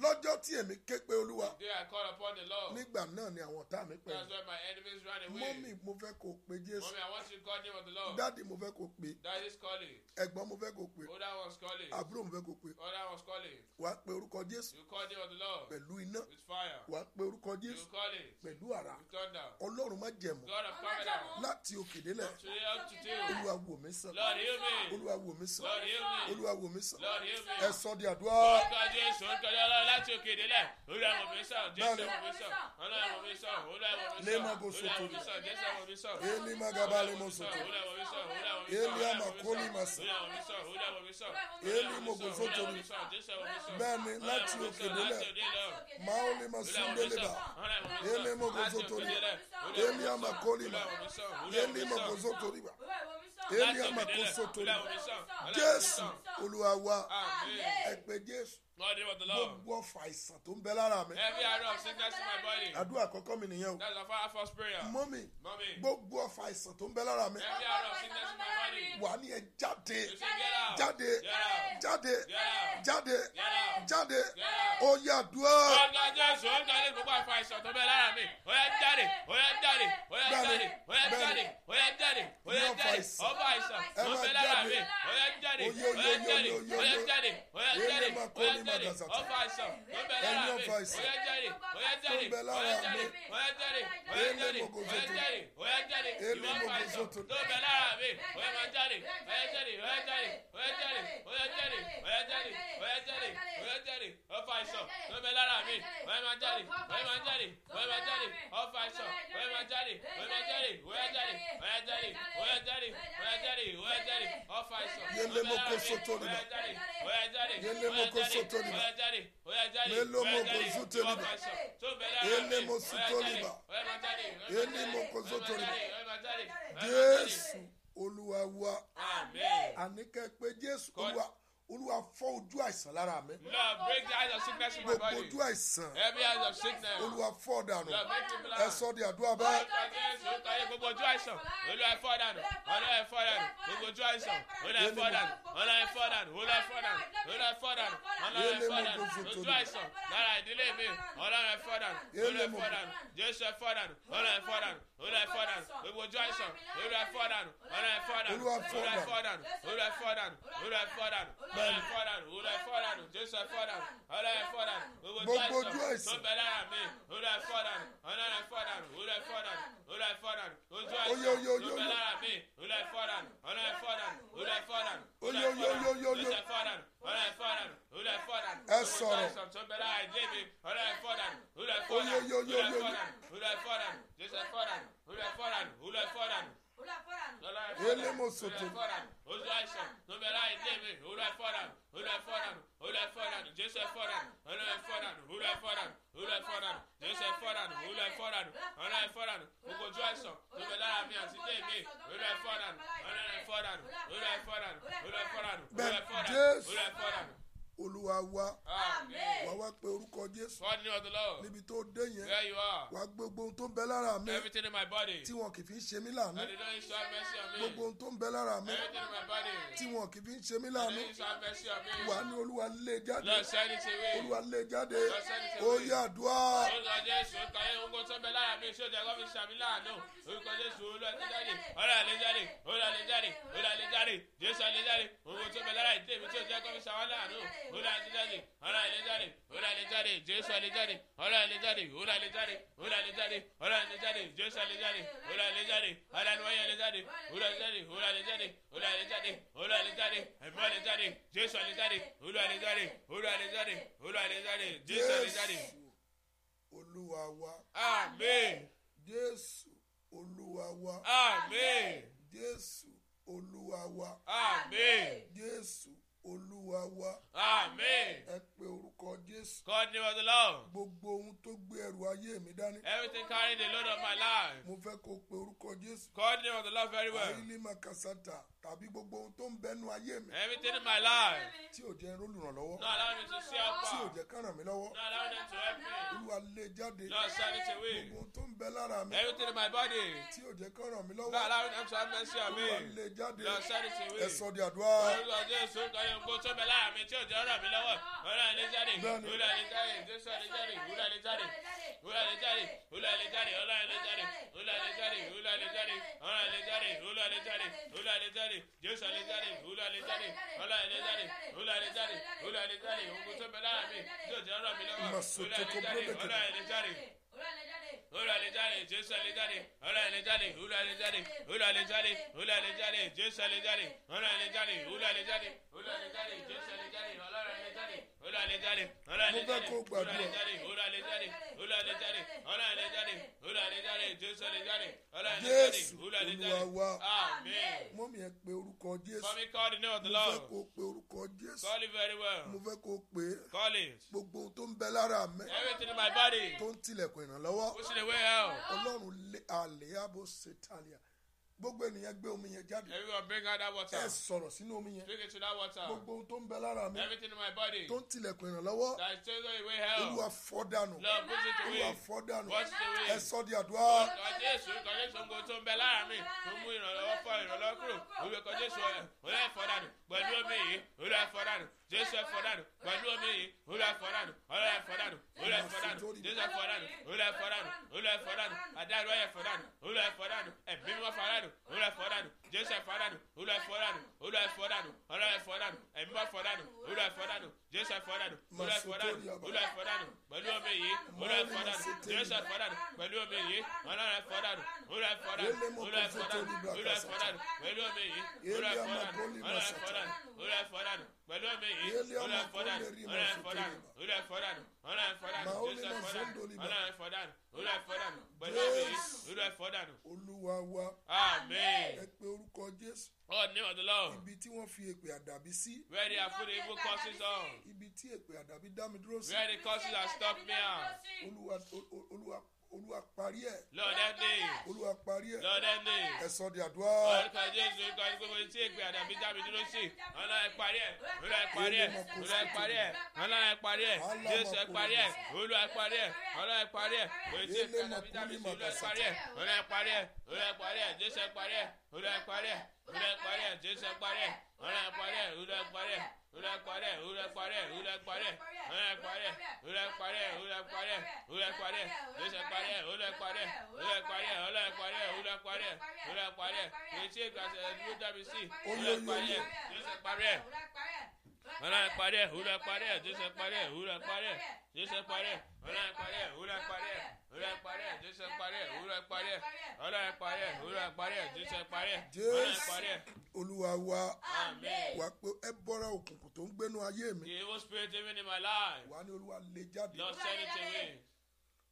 Speaker 1: lọ́jọ́ tí èmi ké pe olúwa
Speaker 3: They are called upon the Lord.
Speaker 1: nígbà náà ni àwọn ọ̀tá mi
Speaker 3: That's
Speaker 1: pẹ̀lú
Speaker 3: why my enemies ran away.
Speaker 1: mọ́mì mo fẹ́ kó o pe jésù
Speaker 3: Mommy, I want you to call the name of the Lord.
Speaker 1: dáàdì mo fẹ́ kó o pe
Speaker 3: That is calling.
Speaker 1: ẹ̀gbọ́n mo fẹ́ kó o pe
Speaker 3: Other one's calling.
Speaker 1: àbúrò mo fẹ́ kó o pe
Speaker 3: Other one's calling.
Speaker 1: wàá pe orúkọ jésù
Speaker 3: You call the name of the Lord.
Speaker 1: pẹ̀lú iná
Speaker 3: With fire.
Speaker 1: wàá pe orúkọ
Speaker 3: You
Speaker 1: jésù
Speaker 3: call it.
Speaker 1: pẹ̀lú àrá
Speaker 3: With thunder.
Speaker 1: ọlọ́run má jẹ̀mọ́
Speaker 3: God of covenant.
Speaker 1: láti òkè délẹ̀
Speaker 3: Today up to you.
Speaker 1: olúwa wò mí sàn
Speaker 3: Lord, heal me.
Speaker 1: olúwa wò mí sàn
Speaker 3: Lord, heal me.
Speaker 1: olúwa wò mí sàn
Speaker 3: Lord, heal me.
Speaker 1: ẹ sọ di àdúrà.
Speaker 3: Orúkọ Jésù, orúkọ Ọlọ́run láti òkè délẹ̀. Olúwa wò mí sàn, Jésù wò mí sàn, Ọlọ́run wò mí sàn, Olúwa wò mí sàn,
Speaker 1: Lema go
Speaker 3: Olúwa wò mí
Speaker 1: sotori.
Speaker 3: sàn, Jésù wò mí sàn.
Speaker 1: Eli magabale mosoto.
Speaker 3: Olúwa wò mí sàn, Olúwa wò mí sàn,
Speaker 1: Eli
Speaker 3: Olúwa wò mí
Speaker 1: amakoli
Speaker 3: sàn.
Speaker 1: masa.
Speaker 3: Olúwa wò mí sàn, Olúwa wò mí sàn,
Speaker 1: Eli
Speaker 3: Olúwa wò mí
Speaker 1: mogo
Speaker 3: sàn, Olúwa wò
Speaker 1: sotori.
Speaker 3: mí sàn, Jésù wò mí sàn.
Speaker 1: Bẹ́ẹ̀ni láti
Speaker 3: Olúwa wò mí
Speaker 1: òkè
Speaker 3: sàn,
Speaker 1: délẹ̀.
Speaker 3: láti òde lọ.
Speaker 1: Maole masundeleba.
Speaker 3: Ele mogo sotori.
Speaker 5: Elia Makolima. Yemi Makoso Toriba. Elia Makoso Toriba. Jésù Olúwa wa
Speaker 4: Amen.
Speaker 5: ẹgbẹ́ Jésù
Speaker 3: Lord, name of the Lord.
Speaker 5: gbogbo ọ̀fà àìsàn tó ń bẹ lára mi.
Speaker 3: Every arrow of sickness in my body.
Speaker 5: Àdúrà àkọ́kọ́ mi nìyẹn o.
Speaker 3: That's the fire first prayer.
Speaker 5: Mọ́mì
Speaker 3: Mommy.
Speaker 5: gbogbo ọ̀fà àìsàn tó ń bẹ lára mi.
Speaker 3: Every arrow of sickness in my body.
Speaker 5: Wà ní ẹ jáde,
Speaker 3: You say get out.
Speaker 5: jáde,
Speaker 3: Get out.
Speaker 5: jáde,
Speaker 3: Get out.
Speaker 5: jáde,
Speaker 3: out.
Speaker 5: jáde.
Speaker 3: out.
Speaker 5: Ó yá àdúrà.
Speaker 3: Ọ̀gá Jésù ó ń darí gbogbo àìfà ìṣàn tó bẹ lára mi. Ó yá jáde, ó yá jáde, ó yá jáde, ó yá jáde, ó yá jáde, ó yá jáde. Ọba àìsàn tó ń bẹ lára mi. Ó yá jáde, ó yá jáde, ó yá jáde, ó yá jáde, ó yá jáde. Ọba àìsàn tó ń bẹ lára mi. Ó yá jáde, ó yá jáde, ó yá jáde, ó yá jáde, ó yá jáde, ó yá jáde, ó yá jáde. Ìwọ ọba àìsàn tó ń bẹ lára mi. Ó yá máa jáde, ó yá jáde, ó yá jáde, ó yá jáde, ó yá jáde, ó yá jáde, ó yá jáde, ó yá jáde. Ọba àìsàn tó ń bẹ lára mi. Ó yá máa jáde, ó yá máa jáde, ó yá máa jáde. Ọba àìsàn tó ń bẹ jáde, ó yá máa jáde, ó yá jáde, ó yá jáde, ó yá jáde, ó yá jáde, ó yá jáde. Ọba àìsàn tó ń bẹ lára mi. Ó yá jáde, ó yá jáde, ó yá jáde, ó yá jáde, ó yá jáde, ó yá jáde. Ọba àìsàn tó ń bẹ lára mi. Ó yá jáde, ó yá máa jáde, ó yá máa jáde, ó yá máa jáde, ó yá máa jáde.
Speaker 5: Jésù Olúwa wa.
Speaker 3: Amen.
Speaker 5: Àníkẹ́ pé Jésù Olúwa Olúwa fọ́ ojú àìsàn lára mi.
Speaker 3: Lord, break the eyes of sickness in my
Speaker 5: Gbogbo
Speaker 3: body.
Speaker 5: ojú àìsàn
Speaker 3: Every eyes of sickness. Lord,
Speaker 5: Olúwa fọ́ dànù.
Speaker 3: make me blind.
Speaker 5: Ẹ sọ di àdúrà báyìí.
Speaker 3: Jésù ó tayé gbogbo ojú àìsàn. Olúwa ẹ fọ́ dànù. Olúwa ẹ fọ́ dànù. Gbogbo ojú àìsàn. Olúwa ẹ fọ́ dànù. Olúwa ẹ fọ́ dànù. Olúwa ẹ fọ́ dànù. Olúwa ẹ fọ́ dànù. Olúwa ẹ fọ́ dànù. Ojú àìsàn lára ìdílé mi. Olúwa ẹ fọ́ dànù. Olúwa ẹ fọ́ dànù. Jésù ẹ fọ́ dànù. Olúwa ẹ fọ́ dànù. Olúwa ẹ fọ́ dànù. Gbogbo ojú àìsàn. Olúwa ẹ fọ́ dànù. Olúwa ẹ fọ́ dànù.
Speaker 5: Olúwa fọ́
Speaker 3: Olúwa ẹ fọ́ dànù. Olúwa ẹ fọ́ dànù. Olúwa
Speaker 5: dànù.
Speaker 3: ẹ fọ́ dànù. Olúwa ẹ fọ́ dànù. Olúwa ẹ fọ́ dànù. Jésù ẹ fọ́ dànù. Olúwa ẹ fọ́ dànù. Gbogbo ojú àìsàn. Tó bẹ lára mi. Olúwa ẹ fọ́ dànù. Olúwa ẹ fọ́ dànù. Olúwa ẹ fọ́ dànù. Olúwa ẹ fọ́ dànù. Ojú àìsàn.
Speaker 5: Oye, oye, oye,
Speaker 3: Tó bẹ
Speaker 5: oye.
Speaker 3: lára mi. Olúwa ẹ fọ́ dànù. Olúwa ẹ fọ́ dànù. Olúwa ẹ fọ́ dànù.
Speaker 5: Oye, oye, oye, oye,
Speaker 3: Jésù
Speaker 5: oye.
Speaker 3: ẹ fọ́ dànù. Olúwa ẹ fọ́ dànù. Olúwa ẹ fọ́ dànù.
Speaker 5: Ẹ
Speaker 3: Gbogbo ojú
Speaker 5: sọ̀rọ̀.
Speaker 3: àìsàn tó bẹ lára ìdílé mi. Olúwa ẹ fọ́ dànù. Olúwa ẹ fọ́
Speaker 5: Oye,
Speaker 3: dànù.
Speaker 5: oye, oye,
Speaker 3: Olúwa ẹ
Speaker 5: oye,
Speaker 3: fọ́
Speaker 5: oye.
Speaker 3: dànù. Olúwa ẹ fọ́ dànù. Jésù ẹ fọ́ dànù. Olúwa ẹ fọ́ dànù. Olúwa ẹ fọ́ dànù.
Speaker 5: Elemosoto. Olúwa wa wà wá pé orúkọ Jésù
Speaker 3: God knew of the Lord.
Speaker 5: níbi tó dé yẹn
Speaker 3: There you are.
Speaker 5: wà gbogbo ohun tó ń bẹ lára mi
Speaker 3: Everything in my body.
Speaker 5: tí wọn kì í fi ń ṣe mí
Speaker 3: And
Speaker 5: láàánú
Speaker 3: they don't show mercy on me.
Speaker 5: gbogbo ohun tó ń bẹ lára mi
Speaker 3: Everything in my body.
Speaker 5: tí wọn kì í fi ń ṣe mí
Speaker 3: And
Speaker 5: láàánú
Speaker 3: they don't show mercy on me.
Speaker 5: wà ní Olúwa lé jáde
Speaker 3: Lord, send it away.
Speaker 5: Olúwa lé jáde
Speaker 3: Lord, send it
Speaker 5: ó
Speaker 3: away.
Speaker 5: yá àdúrà.
Speaker 3: orúkọ jésù kàyé ogun tó bẹ lára mi sóde ẹkọ fi sàmì láàánú orúkọ jésù olùwàlẹjáde ọlọàlẹjáde olùwàlẹjáde olùwàlẹjáde jésù àlẹjáde ogun tó bẹ lára ìdílé mi tí òjò ẹkọ fi sàmì láàánú olùwàlẹjáde ọlọàlẹjáde olùwàlẹjáde jésù àlẹjáde ọlọàlẹjáde olùwàlẹjáde olùwàlẹjáde ọlọàlẹjáde jésù àlẹjáde olùwàlẹjáde alánuwáyé àlẹjáde olùwàlẹjáde olùwàlẹjáde olùwàlẹjáde olùwàlẹjáde ẹ̀mí àlẹjáde jésù àlẹjáde olùwàlẹjáde olùwàlẹjáde olùwàlẹjáde jésù àlẹjáde.
Speaker 5: Jésù Olúwa wa
Speaker 3: Amen.
Speaker 5: Jésù Olúwa wa
Speaker 3: Ah. Amen.
Speaker 5: Jésù Olúwa wa
Speaker 3: Amen.
Speaker 5: Jésù Olúwa wa
Speaker 3: Amen.
Speaker 5: ẹ pé orúkọ Jésù
Speaker 3: God name of the Lord.
Speaker 5: gbogbo ohun tó gbé ẹrù ayé mi dání
Speaker 3: Everything carrying the load of my life.
Speaker 5: mo fẹ́ kó o pe orúkọ Jésù
Speaker 3: God name of the Lord very well.
Speaker 5: ayélujá kasata tàbí gbogbo ohun tó ń bẹnu ayé mi
Speaker 3: Everything in my life.
Speaker 5: tí ò jẹ́ rólùrànlọ́wọ́
Speaker 3: No allow me to see up.
Speaker 5: tí ò
Speaker 3: No
Speaker 5: jẹ́ káràn mi lọ́wọ́
Speaker 3: allow them to help me.
Speaker 5: Olúwa lé e jáde
Speaker 3: No send it
Speaker 5: gbogbo
Speaker 3: away.
Speaker 5: ohun tó ń bẹ lára mi
Speaker 3: Everything in my body.
Speaker 5: tí ò jẹ́ káràn mi
Speaker 3: No
Speaker 5: lọ́wọ́
Speaker 3: allow them to have mercy on
Speaker 5: Olúwa
Speaker 3: me.
Speaker 5: lé e jáde
Speaker 3: No send it
Speaker 5: ẹ
Speaker 3: away.
Speaker 5: sọ di àdúrà.
Speaker 3: Orúkọ Jésù kọ́ni ogun tó bẹ láàrin mi tí ò jẹ́ ọ̀rọ̀ mi lọ́wọ́. Ọ̀rọ̀ ẹni jáde.
Speaker 5: Bẹ́ẹ̀ni.
Speaker 3: Olú ẹni jáde. Jésù ẹni jáde. Olú ẹni jáde. Olú ẹni jáde. Olú ẹni jáde. Olú ẹni jáde. Olú ẹni jáde. Olú ẹni jáde. Ọ̀rọ̀ ẹni jáde. Olú ẹni jáde. Olú ẹni jáde. Jésù ẹni jáde. Olú ẹni jáde. Ọ̀rọ̀ ẹni jáde. Olú ẹni jáde. Olú ẹni jáde. Ogun tó bẹ láàrin mi tí ò jẹ́ ọ̀rọ̀ mi lọ́wọ́. Olú ẹni jáde. Ọ̀rọ̀ ẹni jáde. Olú ẹni jáde. Jésù ẹni jáde. Ọ̀rọ̀ ẹni jáde. Olú ẹni jáde. Olú ẹni jáde. Olú ẹni jáde. Jésù ẹni jáde. Ọ̀rọ̀ ẹni jáde. Olú ẹni jáde. Olú ẹni jáde. Jésù ẹni jáde. Ọlọ́run ẹni jáde. Olú ẹni jáde. Ọlọ́run ẹni jáde.
Speaker 5: Mo fẹ́ kó
Speaker 3: Olú
Speaker 5: gbàdúrà.
Speaker 3: ẹni jáde. Olú ẹni jáde. jáde olúwa lè jáde ọlọ́run lè jáde olúwa lè jáde jésù lè jáde ọlọ́run lè jáde
Speaker 1: jésù
Speaker 3: olúwa lè
Speaker 1: olúwa
Speaker 3: jáde
Speaker 1: wa
Speaker 3: amen.
Speaker 1: mọ́ mi ẹ pe orúkọ jésù
Speaker 3: Call me call the name of the
Speaker 1: mo fẹ́
Speaker 3: Lord.
Speaker 1: kó o pe orúkọ jésù
Speaker 3: Call it very
Speaker 1: mo
Speaker 3: well.
Speaker 1: fẹ́ kó o pe
Speaker 3: Call it.
Speaker 1: gbogbo ohun tó ń bẹ lára mi
Speaker 3: Everything in my body.
Speaker 1: tó ń tilẹ̀kùn ìrànlọ́wọ́
Speaker 3: Pushing the way out.
Speaker 1: ọlọ́run lé àlẹ́ àbò sètàlíà gbogbo ènìyàn gbé omi yẹn jáde
Speaker 3: Everyone bring out that water.
Speaker 1: ẹ sọ̀rọ̀ sínú omi yẹn
Speaker 3: Drink it to that water.
Speaker 1: gbogbo ohun tó ń bẹ lára mi
Speaker 3: Everything in my body.
Speaker 1: tó ń tilẹ̀kùn ìrànlọ́wọ́
Speaker 3: That is taking the way out.
Speaker 1: olúwa
Speaker 3: Lord,
Speaker 1: fọ́ dànù
Speaker 3: push it
Speaker 1: olúwa
Speaker 3: away.
Speaker 1: fọ́ dànù
Speaker 3: Wash it
Speaker 1: ẹ
Speaker 3: away.
Speaker 1: sọ di àdúrà.
Speaker 3: Orúkọ Jésù, orúkọ Jésù, ohun gbogbo tó ń bẹ lára mi, tó mú ìrànlọ́wọ́ fún ìrànlọ́wọ́ kúrò. Orúkọ Jésù ẹ̀, Olúwa fọ́ dànù. Pẹ̀lú omi yìí, Olúwa fọ́ dànù. Jésù ẹ̀ fọ́ dànù. Pẹ̀lú omi yìí, Olúwa fọ́ dànù. Olúwa fọ́ dànù. Olúwa fọ́ dànù. Jésù ẹ̀ fọ́ dànù. Olúwa fọ́ dànù. Olúwa fọ́ dànù. Àdáàrú ẹ̀ fọ́ dànù. Olúwa fọ́ dànù. Ẹ̀mí mímọ́ fọ́ dànù. Olúwa fọ́ dànù. Jésù ẹ̀ fọ́ dànù. Olúwa fọ́ dànù. Olúwa fọ́ dànù. Olúwa fọ́ dànù. Ẹ̀mí mímọ́ fọ́ dànù. Olúwa fọ́ dànù. Jésù ẹ̀ fọ́ dànù. Olúwa fọ́ dànù. Olúwa fọ́ dànù. Pẹ̀lú omi yìí, Olúwa fọ́ dànù. Jésù ẹ̀ fọ́ dànù. Pẹ̀lú omi yìí, Ọlọ́run ẹ̀ fọ́ dànù. Olúwa fọ́ dànù
Speaker 1: Ele mo
Speaker 3: olùwà
Speaker 1: kò fẹ́
Speaker 3: fọdánù
Speaker 1: tó ní
Speaker 3: olùwà
Speaker 1: brakasa.
Speaker 3: fọdánù pẹ̀lú omi yìí
Speaker 1: Ele
Speaker 3: olùwà
Speaker 1: ama
Speaker 3: fọdánù
Speaker 1: boli
Speaker 3: olùwà
Speaker 1: masata.
Speaker 3: fọdánù olùwà fọdánù pẹ̀lú omi yìí
Speaker 1: Ele ama
Speaker 3: olùwà fọdánù
Speaker 1: boli
Speaker 3: olùwà
Speaker 1: masata.
Speaker 3: fọdánù olùwà fọdánù olùwà fọdánù
Speaker 1: Maoli
Speaker 3: jésù fọdánù
Speaker 1: mazondo liba.
Speaker 3: olùwà fọdánù olùwà fọdánù pẹ̀lú omi yìí
Speaker 1: Jésù.
Speaker 3: olùwà fọdánù
Speaker 1: olúwa wa
Speaker 3: amen
Speaker 1: ẹ pe orúkọ jésù
Speaker 3: god name of the lord
Speaker 1: ibi tí wọ́n fi èpè àdàbí sí
Speaker 3: where they have put the evil causes on
Speaker 1: ibi tí èpè àdàbí dá mi dúró sí
Speaker 3: where the causes have stopped me ah. out
Speaker 1: olúwa o- o- olúwa olúwa parí ẹ
Speaker 3: lord help me
Speaker 1: olúwa parí ẹ
Speaker 3: lord help me.
Speaker 1: ẹ sọ di àdúrà.
Speaker 3: orúkọ jésù orúkọ jésù gbogbo tí èpè àdàbí dábì dúró sí ọlọ́run ẹ parí ẹ̀ olúwa ẹ parí ẹ̀ olúwa ẹ parí ẹ̀ ọlọ́run ẹ parí ẹ̀ jésù ẹ parí ẹ̀ olúwa ẹ parí ẹ̀ ọlọ́run ẹ parí ẹ̀ gbogbo tí èpè àdàbí dábì sí olúwa ẹ parí ẹ̀ olúwa ẹ parí ẹ̀ olúwa ẹ parí ẹ̀ jésù ẹ parí ẹ̀ olúwa ẹ parí ẹ̀ olúwa ẹ parí ẹ̀ jésù ẹ parí ẹ̀ ọlọ́run ẹ parí ẹ̀ olúwa ẹ parí ẹ̀ olúwa ẹ parí ẹ̀ olúwa ẹ parí ẹ̀ olúwa ẹ parí ẹ̀ olúwa ẹ parí ẹ̀ olúwa ẹ parí ẹ̀ olúwa ẹ parí ẹ̀ olúwa ẹ parí ẹ̀ jésù ẹ parí ẹ̀ olúwa ẹ parí ẹ̀ olúwa ẹ parí ẹ̀ olúwa ẹ parí ẹ̀ olúwa ẹ parí ẹ̀ olúwa ẹ parí ẹ̀ etí ìgbàsẹ̀ ló dàbí sí olúwa ẹ parí ẹ̀ jésù ẹ parí ẹ̀ ọlọ́run ẹ parí ẹ̀ olúwa ẹ parí ẹ̀ jésù ẹ parí ẹ̀ olúwa ẹ parí ẹ̀ jésù ẹ parí ẹ̀ ọlọ́run ẹ parí ẹ̀ olúwa ẹ parí ẹ̀ olúwa ẹ parí ẹ̀ jésù ẹ parí ẹ̀ olúwa ẹ parí ẹ̀ ọlọ́run ẹ parí ẹ̀ olúwa ẹ parí ẹ̀ jésù ẹ parí ẹ̀ ọlọ́run ẹ parí ẹ̀
Speaker 1: olúwa wa
Speaker 3: amen.
Speaker 1: wà pé ẹ bọ́ra òkùnkùn tó ń gbénu ayé mi
Speaker 3: the evil spirit even in my life
Speaker 1: wà ní olúwa lè jáde
Speaker 3: lord send it away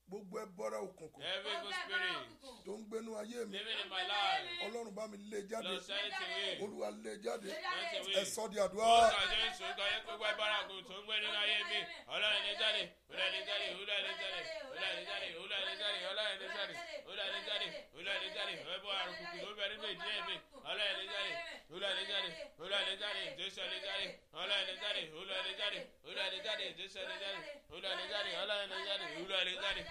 Speaker 1: gbogbo ẹ bọ́ra òkùnkùn
Speaker 3: every evil spirit
Speaker 1: tó ń gbénu ayé mi
Speaker 3: living in my life
Speaker 1: ọlọ́run bá mi lè jáde
Speaker 3: lord send it away.
Speaker 1: olúwa lè jáde
Speaker 3: Send
Speaker 1: ẹ
Speaker 3: it away.
Speaker 1: sọ di
Speaker 3: Ó
Speaker 1: àdúrà.
Speaker 3: ṣàjẹ́ ìṣòro ayé gbogbo agbára kò tó ń gbé nínú ayé mi. Ọlọ́run ní jáde, Ọlọ́run ní jáde, Ọlọ́run ní jáde, Ọlọ́run ní jáde, Ọlọ́run ní jáde, Ọlọ́run ní jáde, Ọlọ́run ní jáde, Ọlọ́run ní jáde, ẹbọ àrùn kùkù ló bẹ nínú ìdílé mi. Ọlọ́run ní jáde, Ọlọ́run ní jáde, Ọlọ́run ní jáde, Jésù ní jáde, Ọlọ́run ní jáde, Ọlọ́run ní jáde, Ọlọ́run ní jáde, Jésù ní jáde, Ọlọ́run ní jáde, Ọlọ́run ní jáde, Ọlọ́run ní jáde, Ọlọ́run ní jáde, Ọlọ́run ní jáde, Ọlọ́run ní jáde, Ọlọ́run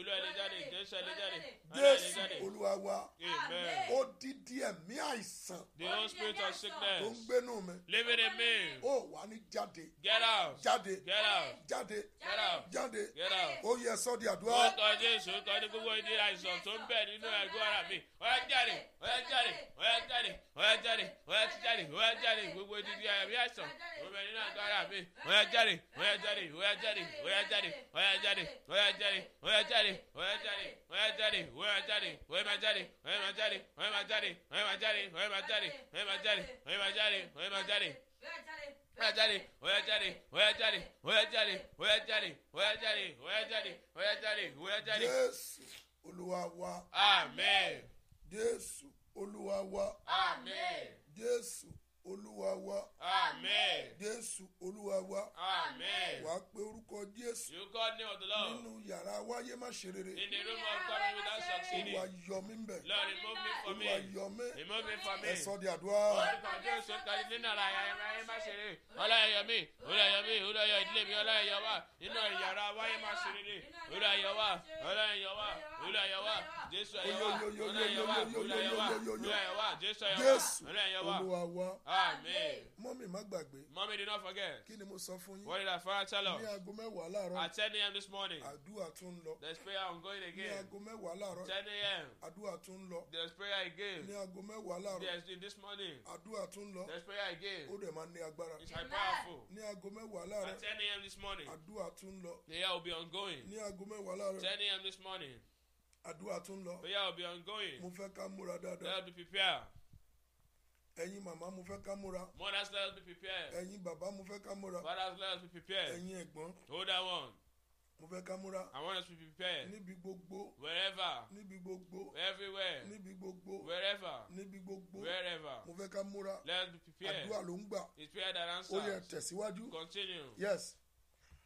Speaker 3: ní jáde, Jésù ní jáde, Ọlọ́run ní
Speaker 1: jésù
Speaker 3: jáde.
Speaker 1: olúwa wa
Speaker 3: Amen.
Speaker 1: odidi ẹ̀mí àìsàn
Speaker 3: The whole spirit of
Speaker 1: tó
Speaker 3: sickness.
Speaker 1: ń gbénu mi
Speaker 3: Leave it in me.
Speaker 1: ó wà ní jáde
Speaker 3: Get out.
Speaker 1: jáde
Speaker 3: Get out.
Speaker 1: jáde
Speaker 3: Get out.
Speaker 1: jáde
Speaker 3: Get out.
Speaker 1: ó yẹ sọ di àdúrà.
Speaker 3: Ó kọ Jésù kọ ní gbogbo ìdí àìsàn tó ń bẹ̀ nínú ẹ̀gbọ́n ara mi. Ọ̀yá jáde, ọ̀yá jáde, ọ̀yá jáde, ọ̀yá jáde, ọ̀yá jáde, ọ̀yá jáde, gbogbo ìdí àmì àìsàn tó ń bẹ̀ nínú ẹ̀gbọ́n ara mi. Ọ̀yá jáde, ọ̀yá jáde, ọ̀yá jáde, ọ̀yá jáde, ọ̀yá jáde, ọ̀yá jáde, ọ̀yá jáde, ọ̀yá jáde, ọ̀yá jáde, ọ̀yá jáde, ọ̀yá máa jáde, ọ̀yá máa jáde, ọ̀yá máa jáde, ọ̀yá máa jáde, ọ̀yá máa jáde, ọ̀yá máa jáde, ọ̀yá máa jáde, ọ̀yá máa jáde. Oya jáde, oya jáde, oya jáde, oya jáde, oya jáde, oya jáde, oya jáde, oya jáde, oya jáde.
Speaker 1: jésù olúwa wa
Speaker 3: Amen.
Speaker 1: jésù olúwa wa
Speaker 3: Amen.
Speaker 1: jésù olúwa wa
Speaker 3: Amen.
Speaker 1: jésù olúwa wa
Speaker 3: Amen.
Speaker 1: wàá pe orúkọ jésù
Speaker 3: You God name of the Lord.
Speaker 1: nínú yàrá wáyé má ṣe rere
Speaker 3: In the room of coming without succeeding.
Speaker 1: olúwa
Speaker 3: Lord,
Speaker 1: yọ mí ń bẹ
Speaker 3: remove me from
Speaker 1: olúwa
Speaker 3: me.
Speaker 1: yọ mí
Speaker 3: Remove me from
Speaker 1: ẹ
Speaker 3: me.
Speaker 1: sọ di àdúrà.
Speaker 3: Olùkọ́jọ́ oṣù kan nínú ara ayẹyẹ má ṣe rere. Ọláyẹyọ mi, ọláyẹyọ mi, ọláyẹyọ ìdílé mi, ọláyẹyọ wa. Nínú ìyàrá wáyé má ṣe rere. Ọláyẹyọ wa, ọláyẹyọ wa, ọláyẹyọ wa. Jésù ayẹyọ wa, ọláyẹyọ wa, ọláyẹyọ wa, ọláyẹyọ wa. Jésù ayẹyọ
Speaker 1: jésù
Speaker 3: wa, ọláyẹyọ wa.
Speaker 1: olúwa wa
Speaker 3: Amen.
Speaker 1: mọ́mì má gbàgbé
Speaker 3: Mommy, do not forget.
Speaker 1: kí ni mo sọ fún
Speaker 3: What
Speaker 1: yín
Speaker 3: did our father tell
Speaker 1: ní
Speaker 3: us?
Speaker 1: aago mẹ́wàá láàárọ̀
Speaker 3: At 10 a.m. this morning,
Speaker 1: àdúrà tún ń lọ
Speaker 3: there's prayer ongoing
Speaker 1: ní
Speaker 3: again.
Speaker 1: aago mẹ́wàá láàárọ̀
Speaker 3: 10 a.m.,
Speaker 1: àdúrà tún ń lọ
Speaker 3: there's prayer again.
Speaker 1: ní aago mẹ́wàá láàárọ̀
Speaker 3: There's this morning,
Speaker 1: àdúrà tún ń lọ
Speaker 3: there's prayer
Speaker 1: ó
Speaker 3: again.
Speaker 1: dẹ̀ máa ní agbára
Speaker 3: It's high powerful.
Speaker 1: ní aago mẹ́wàá
Speaker 3: At 10
Speaker 1: láàárọ̀
Speaker 3: a.m. this morning,
Speaker 1: àdúrà tún ń lọ
Speaker 3: prayer will be ongoing.
Speaker 1: ní aago mẹ́wàá
Speaker 3: 10
Speaker 1: láàárọ̀
Speaker 3: a.m. this morning,
Speaker 1: àdúrà tún ń lọ
Speaker 3: prayer will be ongoing.
Speaker 1: mo fẹ́ ká múra
Speaker 3: Let
Speaker 1: dáadáa
Speaker 3: us be prepared.
Speaker 1: ẹ̀yin màmá mo fẹ́ ká múra
Speaker 3: Mothers, let us be prepared.
Speaker 1: ẹ̀yin bàbá mo fẹ́ ká múra
Speaker 3: Fathers, let us be prepared.
Speaker 1: ẹ̀yin ẹ̀gbọ́n
Speaker 3: Hold that one.
Speaker 1: mo fẹ́ ká múra
Speaker 3: I want us to be prepared.
Speaker 1: níbi gbogbo
Speaker 3: Wherever,
Speaker 1: níbi gbogbo
Speaker 3: everywhere,
Speaker 1: níbi gbogbo
Speaker 3: wherever,
Speaker 1: níbi gbogbo
Speaker 3: wherever.
Speaker 1: mo fẹ́ ká múra
Speaker 3: Let us be
Speaker 1: àdúrà
Speaker 3: prepared.
Speaker 1: ló ń gbà
Speaker 3: It's prayer that
Speaker 1: ó yẹ
Speaker 3: answers.
Speaker 1: tẹ̀síwájú
Speaker 3: Continue.
Speaker 1: yes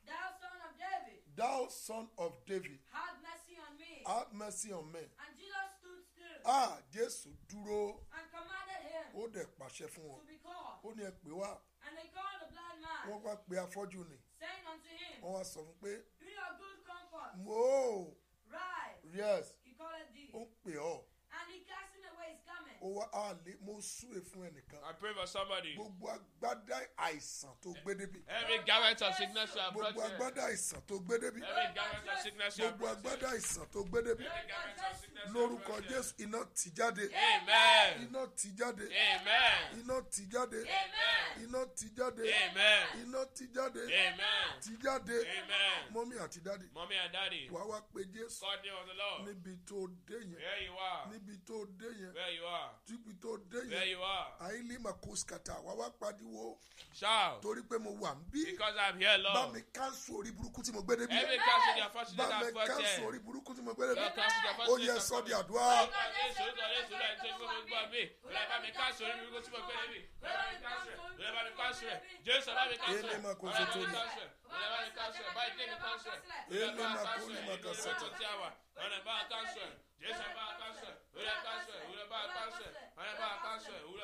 Speaker 5: Thou son of David,
Speaker 1: thou son of David
Speaker 5: have mercy on me.
Speaker 1: have mercy on me
Speaker 5: And Jesus stood still
Speaker 1: ah Jésù dúró
Speaker 5: and commanded him
Speaker 1: ó dẹ̀ pàṣẹ fún
Speaker 5: to
Speaker 1: wọn
Speaker 5: be called.
Speaker 1: ó ní ẹ pè wá
Speaker 5: And they called the blind man,
Speaker 1: wọ́n wá pe afọ́jú ni
Speaker 5: saying unto him,
Speaker 1: wọ́n wá sọ fún pé
Speaker 5: Be of good comfort,
Speaker 1: mo
Speaker 5: rise.
Speaker 1: yes
Speaker 5: He called thee.
Speaker 1: ó ń pè ọ́
Speaker 5: And he casting away his garment,
Speaker 1: ó wá á lé mo súre fún ẹnìkan
Speaker 3: I pray for somebody.
Speaker 1: gbogbo agbádá àìsàn tó gbé débi
Speaker 3: Every garment of sickness you have brought
Speaker 1: gbogbo
Speaker 3: here.
Speaker 1: agbádá àìsàn tó gbé débi
Speaker 3: Every garment of sickness you have
Speaker 1: gbogbo
Speaker 3: brought
Speaker 1: agbádá
Speaker 3: here.
Speaker 1: àìsàn tó gbé débi
Speaker 3: Every garment of sickness you have
Speaker 1: lórúkọ
Speaker 3: brought here.
Speaker 1: jésù iná tì jáde
Speaker 3: Amen.
Speaker 1: iná tì jáde
Speaker 3: Amen.
Speaker 1: iná tì jáde
Speaker 3: Amen.
Speaker 1: iná tì jáde
Speaker 3: Amen.
Speaker 1: iná tì jáde
Speaker 3: Amen.
Speaker 1: tì jáde
Speaker 3: Amen.
Speaker 1: mọ́mí àti dádì
Speaker 3: Mommy and daddy,
Speaker 1: wàá wá pe jésù
Speaker 3: God name of the Lord.
Speaker 1: níbi tó dé yẹn
Speaker 3: Where you are,
Speaker 1: níbi tó dé yẹn
Speaker 3: where you are,
Speaker 1: níbi tó dé
Speaker 3: where
Speaker 1: yẹn
Speaker 3: you are.
Speaker 1: àìlí màkòsíkàtà wàá wá pariwo
Speaker 3: Shout.
Speaker 1: torí pé mo wà ń bí.
Speaker 3: Because I'm here,
Speaker 1: bá
Speaker 3: Lord.
Speaker 1: mi káńsù orí burúkú tí mo gbé débi.
Speaker 3: Every castle your fortune
Speaker 1: bá mi
Speaker 3: has brought
Speaker 1: káńsù
Speaker 3: here.
Speaker 1: orí burúkú tí mo gbé débi.
Speaker 3: Your castle, your
Speaker 1: ó
Speaker 3: fortune
Speaker 1: yẹ
Speaker 3: has
Speaker 1: sọ
Speaker 3: brought
Speaker 1: di
Speaker 3: here.
Speaker 1: àdúrà.